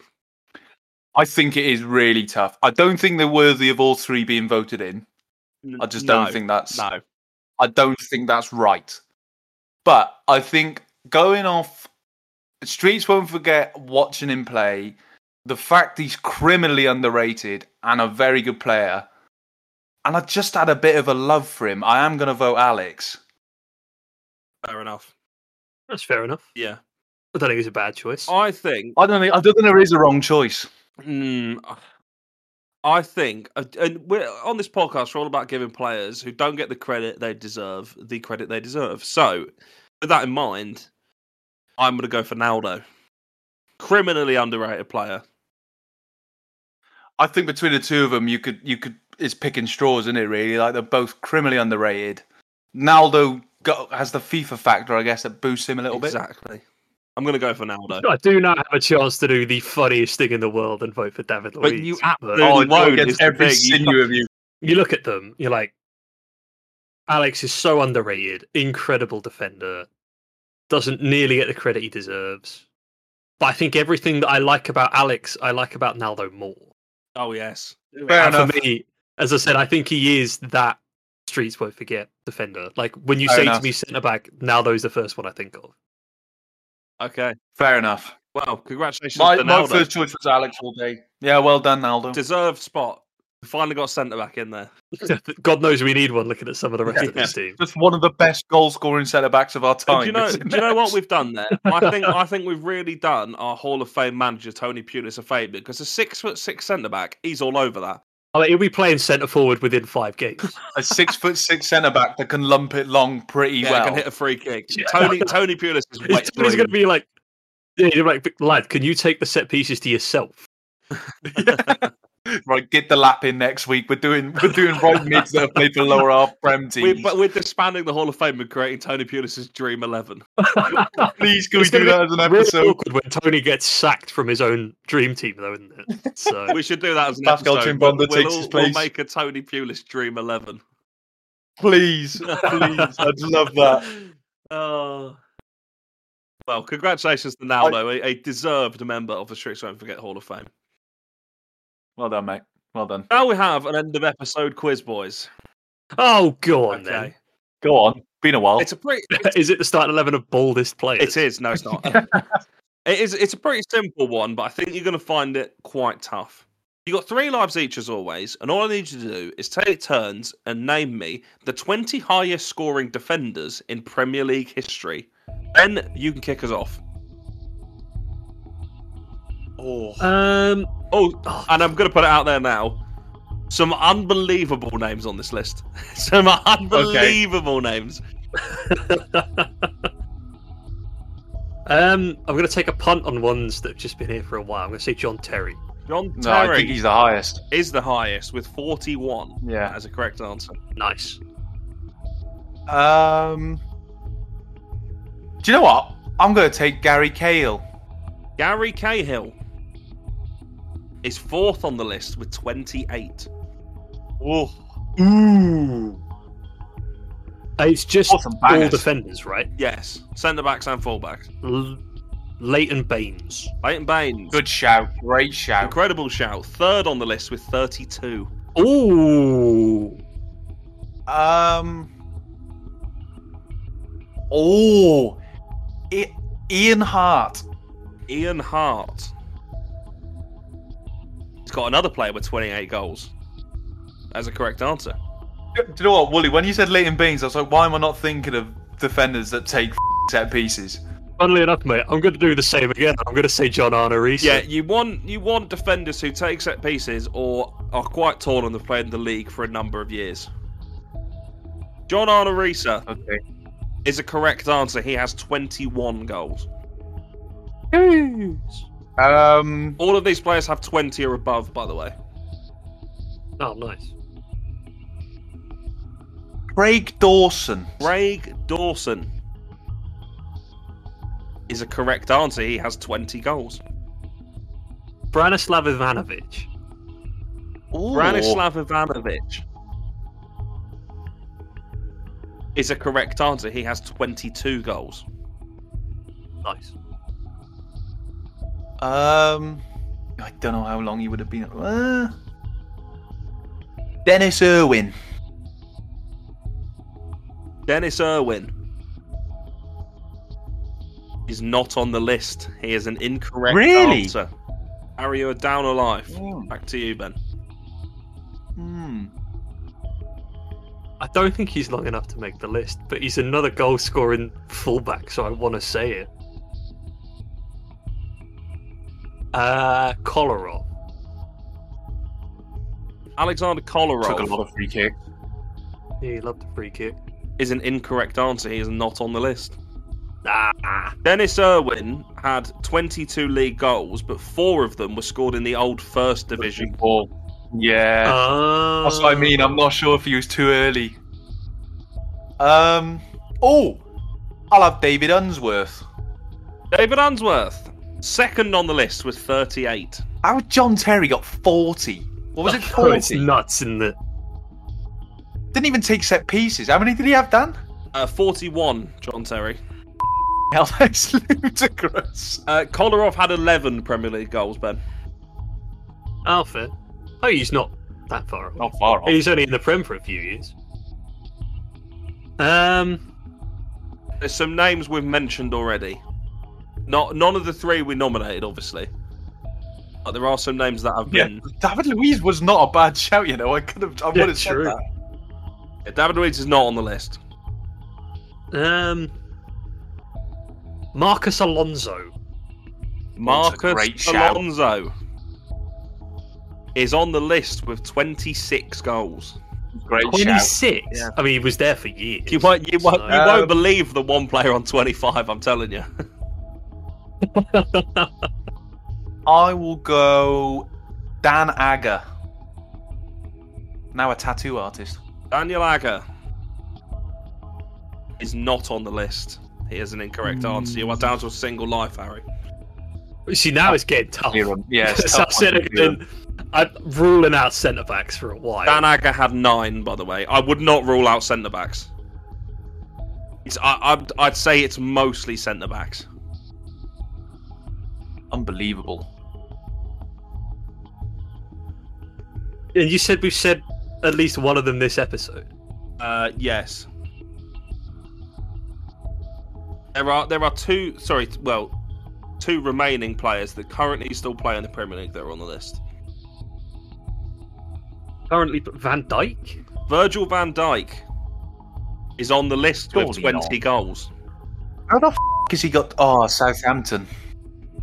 [SPEAKER 3] I think it is really tough. I don't think they're worthy of all three being voted in. I just don't
[SPEAKER 4] No,
[SPEAKER 3] think that's
[SPEAKER 4] No,
[SPEAKER 3] I don't think that's right. But I think going off Streets won't forget watching him play, the fact he's criminally underrated and a very good player. And I just had a bit of a love for him. I am going to vote Alex.
[SPEAKER 4] fair enough.
[SPEAKER 5] That's fair enough.
[SPEAKER 4] Yeah,
[SPEAKER 5] I don't think it's a bad choice.
[SPEAKER 4] I think.
[SPEAKER 3] I don't think I don't think there is a wrong choice.
[SPEAKER 4] Mm, I think, uh, and we're on this podcast, we're all about giving players who don't get the credit they deserve the credit they deserve. So, with that in mind, I'm going to go for Naldo, criminally underrated player.
[SPEAKER 3] I think between the two of them, you could you could it's picking straws, isn't it? Really, like they're both criminally underrated. Naldo got, has the FIFA factor, I guess, that boosts him a little bit.
[SPEAKER 4] Exactly. I'm going to go for Naldo.
[SPEAKER 5] I do not have a chance to do the funniest thing in the world and vote for David Luiz.
[SPEAKER 4] But you absolutely
[SPEAKER 3] Oh, it
[SPEAKER 4] won't.
[SPEAKER 3] gets
[SPEAKER 4] is the
[SPEAKER 3] every
[SPEAKER 4] thing. You
[SPEAKER 3] sinew of you.
[SPEAKER 5] you look at them, you're like, Alex is so underrated, incredible defender, doesn't nearly get the credit he deserves. But I think everything that I like about Alex, I like about Naldo more.
[SPEAKER 4] Oh yes.
[SPEAKER 3] Fair
[SPEAKER 5] and
[SPEAKER 3] enough.
[SPEAKER 5] for me, as I said, I think he is that streets won't forget defender. Like when you
[SPEAKER 3] Fair
[SPEAKER 5] say
[SPEAKER 3] enough.
[SPEAKER 5] to me centre back, Naldo's the first one I think of.
[SPEAKER 4] Okay.
[SPEAKER 3] Fair enough.
[SPEAKER 4] Well, congratulations
[SPEAKER 3] My,
[SPEAKER 4] to
[SPEAKER 3] my
[SPEAKER 4] Naldo.
[SPEAKER 3] first choice was Alex all day. Yeah, well done, Naldo.
[SPEAKER 4] Deserved spot. Finally got centre back in there.
[SPEAKER 5] God knows we need one looking at some of the rest of this team.
[SPEAKER 3] Just one of the best goal scoring centre backs of our time.
[SPEAKER 4] Do you know?
[SPEAKER 3] isn't
[SPEAKER 4] Do you know
[SPEAKER 3] it?
[SPEAKER 4] what we've done there? I think I think we've really done our Hall of Fame manager Tony Pulis a favour because a six foot six centre back, he's all over that.
[SPEAKER 5] I mean, he'll be playing centre forward within five games.
[SPEAKER 3] A six foot six centre back that can lump it long pretty
[SPEAKER 4] Yeah,
[SPEAKER 3] well.
[SPEAKER 4] can hit a free kick.
[SPEAKER 5] Yeah.
[SPEAKER 4] Tony Tony Pulis is
[SPEAKER 5] He's
[SPEAKER 4] wet
[SPEAKER 5] going to
[SPEAKER 4] dream.
[SPEAKER 5] be like, yeah, you're like, lad, can you take the set pieces to yourself?
[SPEAKER 3] Right, get the lap in next week. We're doing we're doing right mids that have played for lower half prem
[SPEAKER 4] We're,
[SPEAKER 3] teams.
[SPEAKER 4] but we're disbanding the Hall of Fame and creating Tony Pulis's dream eleven.
[SPEAKER 3] Please, can we
[SPEAKER 5] It's
[SPEAKER 3] do
[SPEAKER 5] gonna
[SPEAKER 3] that as an
[SPEAKER 5] really
[SPEAKER 3] episode?
[SPEAKER 5] awkward when Tony gets sacked from his own dream team, though, isn't it? So
[SPEAKER 4] We should do that as an
[SPEAKER 3] Pascal
[SPEAKER 4] episode.
[SPEAKER 3] Chimbonda
[SPEAKER 4] We'll-
[SPEAKER 3] takes
[SPEAKER 4] we'll,
[SPEAKER 3] his
[SPEAKER 4] we'll
[SPEAKER 3] place.
[SPEAKER 4] make a Tony Pulis dream eleven.
[SPEAKER 3] Please, please, I'd love that.
[SPEAKER 4] Oh. Well, congratulations to Naldo, a a deserved member of the Strix Won't Forget Hall of Fame.
[SPEAKER 3] Well done, mate. Well done.
[SPEAKER 4] Now we have an end of episode quiz, boys.
[SPEAKER 5] oh, go on then.
[SPEAKER 3] Go on. Been a while.
[SPEAKER 4] It's a pretty.
[SPEAKER 5] Is it the starting eleven of baldest players?
[SPEAKER 4] It is. No, it's not. it is. It's a pretty simple one, but I think you're going to find it quite tough. You got three lives each, as always, and all I need you to do is take turns and name me the 20 highest scoring defenders in Premier League history. Then you can kick us off.
[SPEAKER 3] oh.
[SPEAKER 5] Um,
[SPEAKER 4] Oh, and I'm going to put it out there now. Some unbelievable names on this list. Some unbelievable names.
[SPEAKER 5] um, I'm going to take a punt on ones that have just been here for a while. I'm going to say John Terry.
[SPEAKER 4] John
[SPEAKER 3] No, I think
[SPEAKER 4] Terry
[SPEAKER 3] he's the highest.
[SPEAKER 4] is the highest with 41
[SPEAKER 3] Yeah.
[SPEAKER 4] as a correct answer.
[SPEAKER 5] Nice.
[SPEAKER 3] Um. Do you know what? I'm going to take Gary Cahill.
[SPEAKER 4] Gary Cahill is fourth on the list with 28.
[SPEAKER 3] Oh. Ooh.
[SPEAKER 5] Uh, It's just
[SPEAKER 3] Awesome
[SPEAKER 5] all
[SPEAKER 3] bangers.
[SPEAKER 5] defenders, right?
[SPEAKER 4] Yes, centre backs and full backs.
[SPEAKER 5] L- Leighton Baines.
[SPEAKER 4] Leighton Baines,
[SPEAKER 3] Good shout. Great shout.
[SPEAKER 4] incredible shout. Third on the list with 32.
[SPEAKER 5] Ooh,
[SPEAKER 3] Um. Oh. I- Ian Hart.
[SPEAKER 4] Ian Hart. He's got another player with 28 goals as a correct answer.
[SPEAKER 3] Do you know what, Wooly? When you said Leighton Beans, I was like, why am I not thinking of defenders that take set pieces?
[SPEAKER 5] funnily enough, mate, I'm going to do the same again. I'm going to say John Arna Reese.
[SPEAKER 4] Yeah, you want you want defenders who take set pieces or are quite tall and have played in the league for a number of years. John Arnorisa
[SPEAKER 3] Okay.
[SPEAKER 4] is a correct answer. He has 21 goals.
[SPEAKER 3] Um,
[SPEAKER 4] All of these players have 20 or above, by the way.
[SPEAKER 5] Oh, nice.
[SPEAKER 3] Craig Dawson.
[SPEAKER 4] Craig Dawson is a correct answer. He has 20 goals.
[SPEAKER 5] Branislav Ivanovic.
[SPEAKER 3] Ooh.
[SPEAKER 4] Branislav Ivanovic is a correct answer. He has 22 goals.
[SPEAKER 5] Nice.
[SPEAKER 3] Um, I don't know how long he would have been. Uh, Dennis Irwin.
[SPEAKER 4] Dennis Irwin is not on the list. He is an incorrect
[SPEAKER 3] Really?
[SPEAKER 4] answer. Harry, you're down alive.
[SPEAKER 3] Hmm.
[SPEAKER 4] Back to you, Ben.
[SPEAKER 3] Hmm.
[SPEAKER 5] I don't think he's long enough to make the list, but he's another goal scoring fullback, so I want to say it. Uh, Kolarov.
[SPEAKER 4] Alexander
[SPEAKER 3] Took a
[SPEAKER 4] Kolarov
[SPEAKER 3] lot of free kicks.
[SPEAKER 5] He loved the free kick.
[SPEAKER 4] is an incorrect answer. He is not on the list.
[SPEAKER 5] Ah,
[SPEAKER 4] Dennis Irwin had 22 league goals, but four of them were scored in the old first division.
[SPEAKER 3] Ball. Yeah.
[SPEAKER 5] uh,
[SPEAKER 3] That's what I mean. I'm not sure if he was too early. Um. Oh, I'll have David Unsworth.
[SPEAKER 4] David Unsworth, second on the list with 38.
[SPEAKER 3] How had John Terry got 40? What was it?
[SPEAKER 5] Oh, it's
[SPEAKER 3] 40.
[SPEAKER 5] nuts in the.
[SPEAKER 3] Didn't even take set pieces. How many did he have, Dan?
[SPEAKER 4] Uh, 41, John Terry.
[SPEAKER 3] Hell, that's ludicrous.
[SPEAKER 4] Uh, Kolarov had 11 Premier League goals, Ben.
[SPEAKER 5] Oh, fair. Oh, he's not that far off.
[SPEAKER 3] Not far off.
[SPEAKER 5] He's only in the Prem for a few years. Um,
[SPEAKER 4] There's some names we've mentioned already. Not None of the three we nominated, obviously. But there are some names that have
[SPEAKER 3] Yeah,
[SPEAKER 4] been.
[SPEAKER 3] David Luiz was not a bad shout, you know. I could have, I would
[SPEAKER 5] yeah,
[SPEAKER 3] have said
[SPEAKER 5] true.
[SPEAKER 3] that.
[SPEAKER 4] David Luiz is not on the list.
[SPEAKER 5] Um, Marcus Alonso.
[SPEAKER 3] a great
[SPEAKER 4] Marcus
[SPEAKER 3] shout.
[SPEAKER 4] Alonso is on the list with 26 goals.
[SPEAKER 3] Great shout.
[SPEAKER 5] 26.
[SPEAKER 4] Yeah.
[SPEAKER 5] I mean, he was there for years.
[SPEAKER 4] You won't, you won't, you
[SPEAKER 5] So-
[SPEAKER 4] won't believe the one player on 25, I'm telling you.
[SPEAKER 3] I will go Dan Agger. Now a tattoo artist.
[SPEAKER 4] Daniel Agger is not on the list. He is an incorrect answer. You are down to a single life, Harry.
[SPEAKER 5] See, now it's getting tough.
[SPEAKER 3] Yeah, it's
[SPEAKER 5] So
[SPEAKER 3] tough
[SPEAKER 5] I've said
[SPEAKER 3] one
[SPEAKER 5] it
[SPEAKER 3] to do.
[SPEAKER 5] again. I'm ruling out centre backs for a while.
[SPEAKER 4] Dan Agger had nine, by the way. I would not rule out centre backs. It's, I, I'd, I'd say it's mostly centre backs.
[SPEAKER 3] Unbelievable.
[SPEAKER 5] and you said we've said at least one of them this episode.
[SPEAKER 4] Uh, yes. There are there are two sorry t- well two remaining players that currently still play in the Premier League that are on the list.
[SPEAKER 5] Currently, but Van Dyke.
[SPEAKER 4] Virgil van Dijk is on the list with
[SPEAKER 3] Surely
[SPEAKER 4] 20 goals.
[SPEAKER 3] How the f- has he got? Oh, Southampton.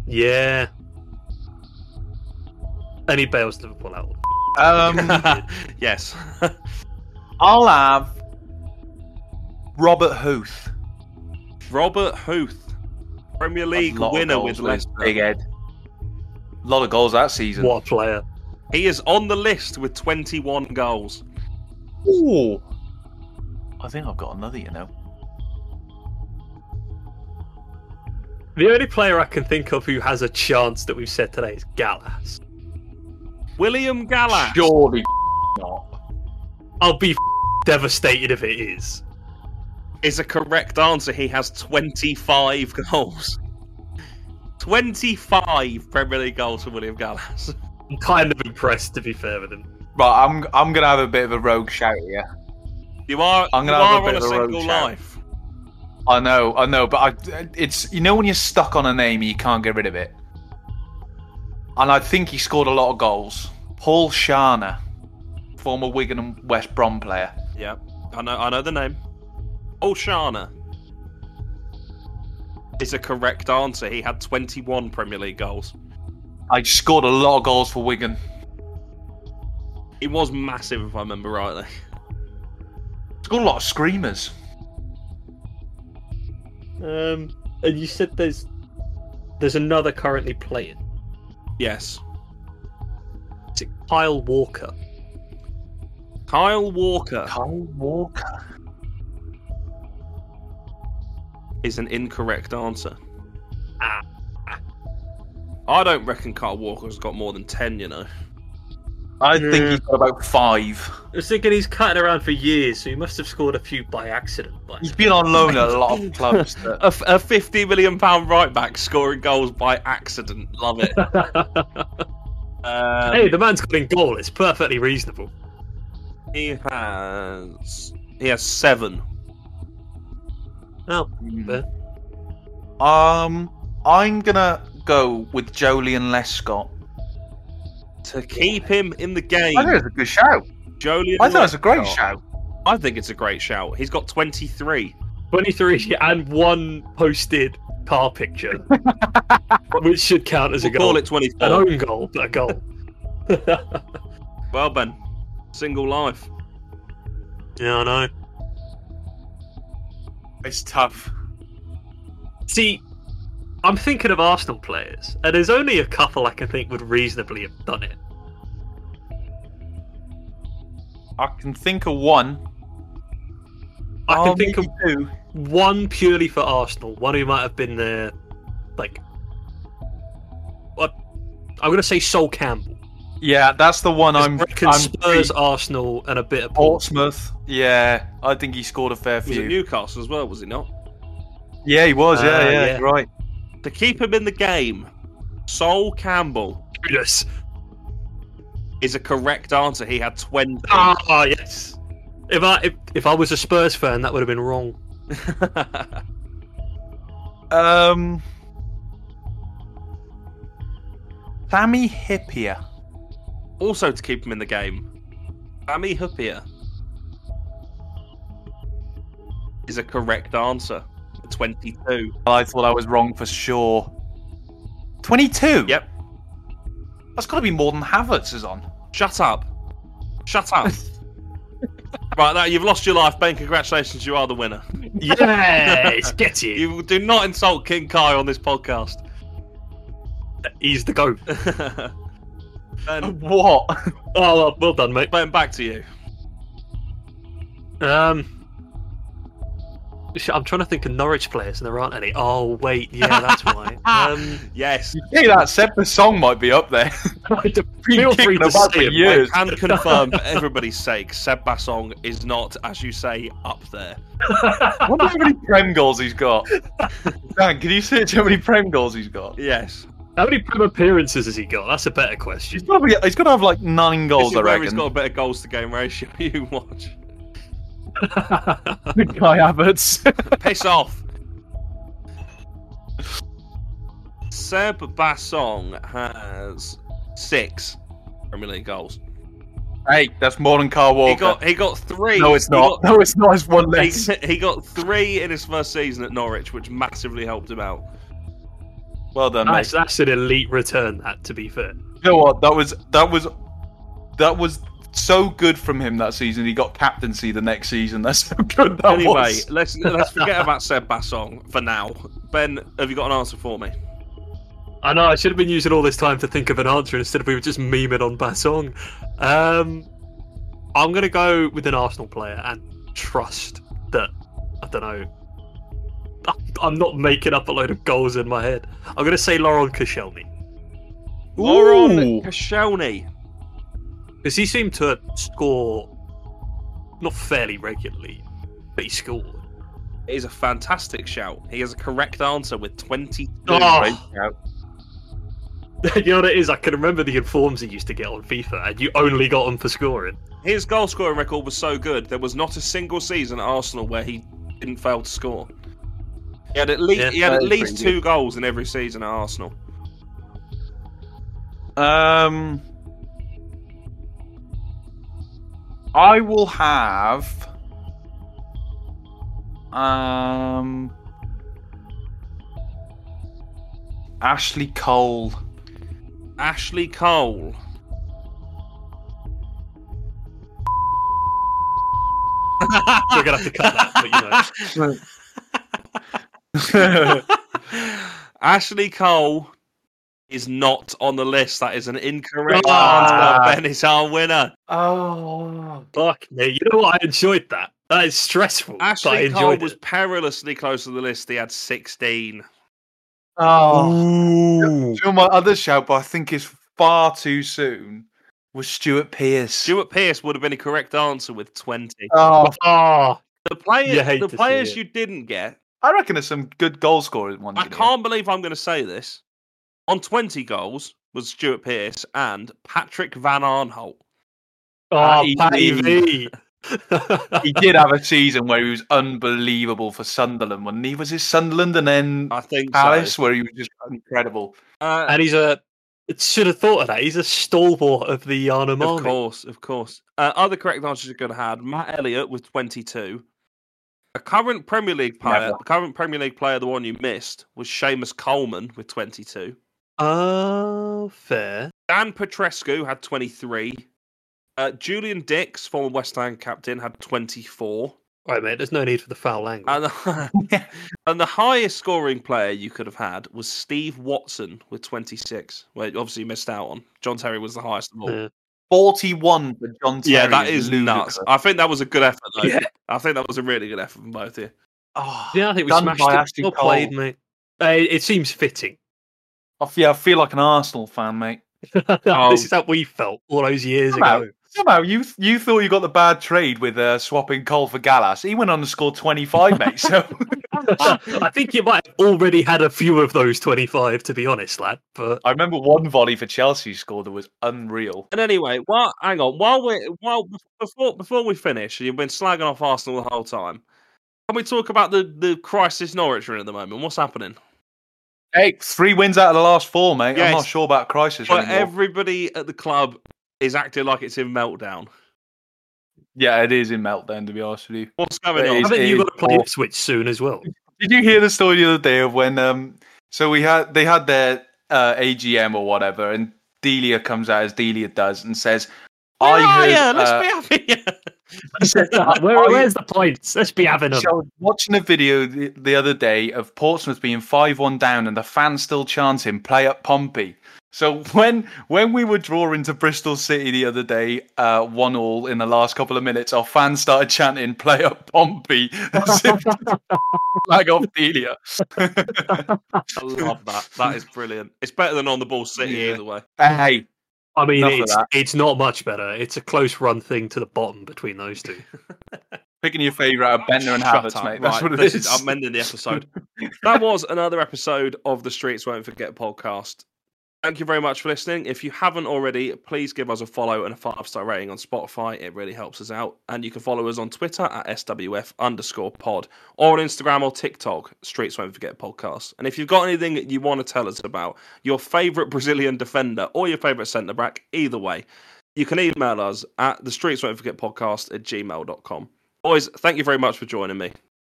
[SPEAKER 5] Yeah. And he bails Liverpool out.
[SPEAKER 3] Um,
[SPEAKER 4] yes.
[SPEAKER 3] I'll have Robert Huth.
[SPEAKER 4] Robert Huth, Premier League
[SPEAKER 3] A lot of
[SPEAKER 4] winner
[SPEAKER 3] goals
[SPEAKER 4] with
[SPEAKER 3] for his
[SPEAKER 4] Leicester.
[SPEAKER 3] Big head. A lot of goals that season.
[SPEAKER 5] What a player.
[SPEAKER 4] He is on the list with 21 goals.
[SPEAKER 3] Ooh. I think I've got another, you know.
[SPEAKER 5] The only player I can think of who has a chance that we've said today is Gallas.
[SPEAKER 4] William Gallas.
[SPEAKER 3] Surely not.
[SPEAKER 5] I'll be devastated if it is.
[SPEAKER 4] is a correct answer. He has 25 goals. 25 Premier League goals for William Gallas.
[SPEAKER 5] I'm kind of impressed, to be fair with him.
[SPEAKER 3] Right, I'm I'm gonna have a bit of a rogue shout here.
[SPEAKER 4] You are,
[SPEAKER 3] I'm
[SPEAKER 4] you
[SPEAKER 3] gonna have a
[SPEAKER 4] are on
[SPEAKER 3] bit
[SPEAKER 4] a
[SPEAKER 3] of a road
[SPEAKER 4] single
[SPEAKER 3] shout.
[SPEAKER 4] life.
[SPEAKER 3] I know, I know, but I, it's you know when you're stuck on a name and you can't get rid of it. And I think he scored a lot of goals. Paul Sharner, former Wigan and West Brom player.
[SPEAKER 4] Yeah, I know. I know the name. Oshana is a correct answer. He had 21 Premier League goals.
[SPEAKER 3] I scored a lot of goals for Wigan.
[SPEAKER 4] He was massive, if I remember rightly.
[SPEAKER 3] Scored a lot of screamers.
[SPEAKER 5] Um, and you said there's There's another currently playing.
[SPEAKER 4] Yes.
[SPEAKER 5] Is it Kyle Walker?
[SPEAKER 4] Kyle Walker
[SPEAKER 3] Kyle Walker.
[SPEAKER 4] is an incorrect answer.
[SPEAKER 5] Ah.
[SPEAKER 4] I don't reckon Kyle Walker's got more than 10, you know.
[SPEAKER 3] I think he's got about five.
[SPEAKER 5] I was thinking he's cutting around for years, so he must have scored a few by accident. By
[SPEAKER 3] He's been on loan at a lot of clubs. that-
[SPEAKER 4] A, f- a 50 million pound right back scoring goals by accident. Love it. Um,
[SPEAKER 5] hey, the man's got in goal. It's perfectly reasonable.
[SPEAKER 4] he has he has seven.
[SPEAKER 5] Oh,
[SPEAKER 3] Um, I'm gonna go with Jolien Lescott.
[SPEAKER 4] To keep him in the game,
[SPEAKER 3] I think it's a good shout.
[SPEAKER 4] Jolien.
[SPEAKER 3] I think it's a great
[SPEAKER 4] Lescott.
[SPEAKER 3] shout.
[SPEAKER 4] I think it's a great shout. He's got 23.
[SPEAKER 5] 23 and one posted car picture, which should count as a
[SPEAKER 4] We'll call
[SPEAKER 5] goal.
[SPEAKER 4] it 24.
[SPEAKER 5] An own goal, but a goal.
[SPEAKER 4] Well, Ben, single life.
[SPEAKER 5] yeah, I know.
[SPEAKER 3] It's tough.
[SPEAKER 5] See, I'm thinking of Arsenal players, and there's only a couple I can think would reasonably have done it.
[SPEAKER 3] I can think of one.
[SPEAKER 5] I can
[SPEAKER 3] Oh,
[SPEAKER 5] think of
[SPEAKER 3] maybe two.
[SPEAKER 5] one purely for Arsenal, one who might have been there, like, what? I'm gonna say Sol Campbell.
[SPEAKER 3] Yeah, that's the one. I'm.
[SPEAKER 5] Reckon
[SPEAKER 3] I'm
[SPEAKER 5] Spurs, Arsenal, and a bit of Portsmouth.
[SPEAKER 3] Portsmouth. Yeah, I think he scored a fair
[SPEAKER 4] He was at
[SPEAKER 3] few.
[SPEAKER 4] Newcastle as well, was he not?
[SPEAKER 3] Yeah, he was.
[SPEAKER 4] Ah,
[SPEAKER 3] Yeah,
[SPEAKER 5] Uh,
[SPEAKER 3] yeah,
[SPEAKER 5] yeah.
[SPEAKER 3] right.
[SPEAKER 4] To keep him in the game, Sol Campbell
[SPEAKER 5] Kudos.
[SPEAKER 4] is a correct answer. He had 20.
[SPEAKER 5] Ah, yes. If I if, if I was a Spurs fan, that would have been wrong.
[SPEAKER 3] Um, Sammy Hippier.
[SPEAKER 4] also to keep him in the game, Sammy Hupia is a correct answer. 22.
[SPEAKER 3] I thought I was wrong for sure. Twenty-two.
[SPEAKER 4] Yep.
[SPEAKER 3] That's got to be more than Havertz is on.
[SPEAKER 4] Shut up. Shut up. right, now you've lost your life, Ben. Congratulations, you are the winner.
[SPEAKER 5] Yes, get it.
[SPEAKER 4] You do not insult King Kai on this podcast.
[SPEAKER 5] He's the goat.
[SPEAKER 4] ben,
[SPEAKER 3] What?
[SPEAKER 5] Oh, well, well done, mate.
[SPEAKER 4] ben, back to you.
[SPEAKER 5] Um, sh- I'm trying to think of Norwich players, and there aren't any. Oh, wait, yeah, that's why. Um,
[SPEAKER 4] Yes.
[SPEAKER 3] Hey, that said, the song might be up there.
[SPEAKER 5] feel
[SPEAKER 3] kicking
[SPEAKER 5] free to
[SPEAKER 3] about for
[SPEAKER 5] say it, mate.
[SPEAKER 3] years.
[SPEAKER 4] I can confirm, for everybody's sake, Seb Basong is not, as you say, up there.
[SPEAKER 3] I wonder how many prem goals he's got. Dan, can you search how many prem goals he's got?
[SPEAKER 4] Yes.
[SPEAKER 5] How many prem appearances has he got? That's a better question.
[SPEAKER 3] He's probably he's got to have like nine
[SPEAKER 4] This
[SPEAKER 3] goals,
[SPEAKER 4] is
[SPEAKER 3] I
[SPEAKER 4] where he's
[SPEAKER 3] reckon.
[SPEAKER 4] got a better goals to game ratio. You watch.
[SPEAKER 3] Kai Havertz.
[SPEAKER 4] Piss off. Seb Basong has six Premier League goals.
[SPEAKER 3] hey, that's more than Carl Walker.
[SPEAKER 4] He got he got three.
[SPEAKER 3] no, it's
[SPEAKER 4] he
[SPEAKER 3] not.
[SPEAKER 4] got-
[SPEAKER 3] no, it's not. It's one
[SPEAKER 4] he,
[SPEAKER 3] less.
[SPEAKER 4] he got three in his first season at Norwich, which massively helped him out.
[SPEAKER 3] Well done,
[SPEAKER 5] That's,
[SPEAKER 3] mate.
[SPEAKER 5] that's an elite return, that, to be fair.
[SPEAKER 3] You know what? That was that was that was so good from him that season. He got captaincy the next season. That's so good. That
[SPEAKER 4] anyway,
[SPEAKER 3] was.
[SPEAKER 4] let's let's forget about Seb Basong for now. Ben, have you got an answer for me?
[SPEAKER 5] I know, I should have been using all this time to think of an answer instead of we were just memeing on Basong. Um, I'm going to go with an Arsenal player and trust that, I don't know, I'm not making up a load of goals in my head. I'm going to say Laurent Koscielny.
[SPEAKER 4] Lauren
[SPEAKER 3] Ooh.
[SPEAKER 4] Koscielny.
[SPEAKER 5] Because he seemed to score not fairly regularly, but he scored.
[SPEAKER 4] It is a fantastic shout. He has a correct answer with 22.
[SPEAKER 5] Oh.
[SPEAKER 3] Great
[SPEAKER 5] you know what it is? I can remember the informs he used to get on FIFA, and you only got them for scoring.
[SPEAKER 4] His goal scoring record was so good, there was not a single season at Arsenal where he didn't fail to score. He had at least
[SPEAKER 5] Yeah,
[SPEAKER 4] he had at
[SPEAKER 3] that is
[SPEAKER 4] least
[SPEAKER 3] pretty
[SPEAKER 4] two goals in every season at Arsenal.
[SPEAKER 3] shout. Um, I will have. Um. Ashley Cole.
[SPEAKER 4] Ashley Cole.
[SPEAKER 5] We're gonna have to cut that, but you know.
[SPEAKER 4] Ashley Cole is not on the list. That is an incorrect
[SPEAKER 5] Ah.
[SPEAKER 4] answer. Ben is our winner.
[SPEAKER 5] Oh, fuck me. You know what? I enjoyed that. That is stressful. but I
[SPEAKER 4] Ashley Cole
[SPEAKER 5] enjoyed
[SPEAKER 4] was
[SPEAKER 5] it.
[SPEAKER 4] perilously close to the list. He had 16.
[SPEAKER 3] Oh. You know, my other shout, but I think it's far too soon, was Stuart Pearce.
[SPEAKER 4] Stuart Pearce would have been a correct answer with 20.
[SPEAKER 3] oh.
[SPEAKER 5] Oh,
[SPEAKER 4] The players,
[SPEAKER 5] hate
[SPEAKER 4] the
[SPEAKER 5] to see
[SPEAKER 4] players
[SPEAKER 5] it.
[SPEAKER 4] you didn't get.
[SPEAKER 3] I reckon there's some good goal scorers. One
[SPEAKER 4] I can't believe I'm going to say this. On 20 goals was Stuart Pearce and Patrick Van Arnholt.
[SPEAKER 5] oh
[SPEAKER 3] Patty
[SPEAKER 5] Patty V.
[SPEAKER 3] He did have a season where he was unbelievable for Sunderland. When he was his Sunderland, and then
[SPEAKER 4] I think
[SPEAKER 3] Palace,
[SPEAKER 4] so.
[SPEAKER 3] where he was just incredible.
[SPEAKER 4] Uh,
[SPEAKER 5] and he's a. it Should have thought of that. He's a stalwart of the
[SPEAKER 4] Of
[SPEAKER 5] Yarnum Army.
[SPEAKER 4] course, of course. Uh, other correct answers you could have had: Matt Elliott with twenty-two. A current Premier League player,
[SPEAKER 3] Never.
[SPEAKER 4] the current Premier League player, the one you missed was Seamus Coleman with twenty-two.
[SPEAKER 5] Oh, fair.
[SPEAKER 4] Dan Petrescu had twenty-three. Uh, Julian Dix, former West Ham captain, had twenty-four.
[SPEAKER 5] All right, mate. There's no need for the foul language.
[SPEAKER 4] And the, and the highest scoring player you could have had was Steve Watson with twenty-six. Well, obviously you missed out on. John Terry was the highest of all.
[SPEAKER 5] Yeah.
[SPEAKER 3] 41 for John Terry.
[SPEAKER 4] Yeah, that is nuts.
[SPEAKER 3] ludicrous.
[SPEAKER 4] I think that was a good effort, though.
[SPEAKER 5] Yeah.
[SPEAKER 4] I think that was a really good effort from both of you. Ah.
[SPEAKER 3] Oh,
[SPEAKER 5] yeah, I think we
[SPEAKER 3] Done
[SPEAKER 5] smashed
[SPEAKER 3] by
[SPEAKER 5] it.
[SPEAKER 3] Ashley
[SPEAKER 5] well played,
[SPEAKER 3] Cole.
[SPEAKER 5] mate. Uh, it it seems fitting.
[SPEAKER 3] I feel, I feel like an Arsenal fan, mate.
[SPEAKER 4] Oh.
[SPEAKER 5] This is how we felt all those years
[SPEAKER 3] Come out.
[SPEAKER 5] ago.
[SPEAKER 3] Somehow you you thought you got the bad trade with uh, swapping Cole for Gallas. He went on to score 25, mate. So
[SPEAKER 5] I think you might have already had a few of those 25, to be honest, lad. But
[SPEAKER 3] I remember one volley for Chelsea he scored that was unreal.
[SPEAKER 4] And anyway, while hang on, while we while before before we finish, you've been slagging off Arsenal the whole time. Can we talk about the the crisis Norwich are in at the moment? What's happening?
[SPEAKER 3] Hey, three wins out of the last four, mate. I'm
[SPEAKER 4] Yes.
[SPEAKER 3] not sure about crisis
[SPEAKER 4] But
[SPEAKER 3] anymore.
[SPEAKER 4] everybody at the club is acting like it's in meltdown.
[SPEAKER 3] yeah, it is in meltdown. To be honest with you,
[SPEAKER 4] What's going
[SPEAKER 3] It
[SPEAKER 4] on?
[SPEAKER 3] is.
[SPEAKER 5] I think you've got to play
[SPEAKER 3] Or-
[SPEAKER 5] Ipswich soon as well.
[SPEAKER 3] did you hear the story the other day of when um so we had they had their uh, AGM or whatever, and Delia comes out as Delia does and says,
[SPEAKER 4] Where
[SPEAKER 3] "I
[SPEAKER 4] are
[SPEAKER 3] heard."
[SPEAKER 4] ya? Let's
[SPEAKER 3] uh,
[SPEAKER 4] be happy.
[SPEAKER 5] Where, where's the points? Let's be having them.
[SPEAKER 3] So I was watching a video the, the other day of Portsmouth being five-one down, and the fans still chanting "Play up Pompey." So when when we were drawing to Bristol City the other day, uh, one all in the last couple of minutes, our fans started chanting "Play up Pompey" as if to flag off Delia.
[SPEAKER 4] I love that. That is brilliant. It's better than on the ball City
[SPEAKER 3] Yeah.
[SPEAKER 4] either way.
[SPEAKER 3] Hey,
[SPEAKER 5] I mean,
[SPEAKER 3] enough of
[SPEAKER 5] it's
[SPEAKER 3] that.
[SPEAKER 5] it's not much better. It's a close run thing to the bottom between those two.
[SPEAKER 3] picking your favourite out of Bender and
[SPEAKER 4] Shut
[SPEAKER 3] Havertz,
[SPEAKER 4] up.
[SPEAKER 3] mate. That's
[SPEAKER 4] Right,
[SPEAKER 3] what it
[SPEAKER 4] this
[SPEAKER 3] is.
[SPEAKER 4] I'm ending the episode. that was another episode of the Streets Won't Forget podcast. Thank you very much for listening. If you haven't already, please give us a follow and a five star rating on Spotify. It really helps us out. And you can follow us on Twitter at SWF underscore pod or on Instagram or TikTok, Streets Won't Forget podcast. And if you've got anything that you want to tell us about, your favourite Brazilian defender or your favourite centre back, either way, you can email us at the Streets Won't Forget podcast at gmail.com. Boys, thank you very much for joining me.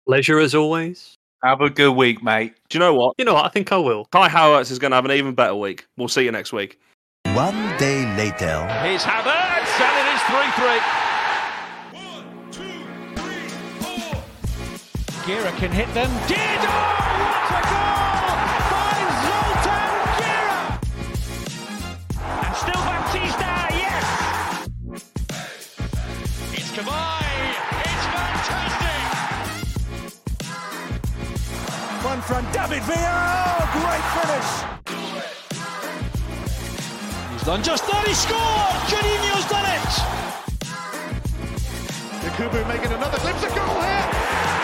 [SPEAKER 5] Leisure as always.
[SPEAKER 3] Have a good week, mate.
[SPEAKER 4] Do you know what?
[SPEAKER 5] You know what? I think I will.
[SPEAKER 4] Kai Havertz is going to have an even better week. We'll see you next week.
[SPEAKER 7] One day later.
[SPEAKER 1] Here's Havertz, and it is 3 3. Gira can hit them. Didor, what a goal by Zoltan Gira! And still Baptista, yes! It's Kavai, it's fantastic! One from David Villa, oh, great finish! He's done just that, he scored! Juninho's done it!
[SPEAKER 6] Yakubu making another glimpse of goal here.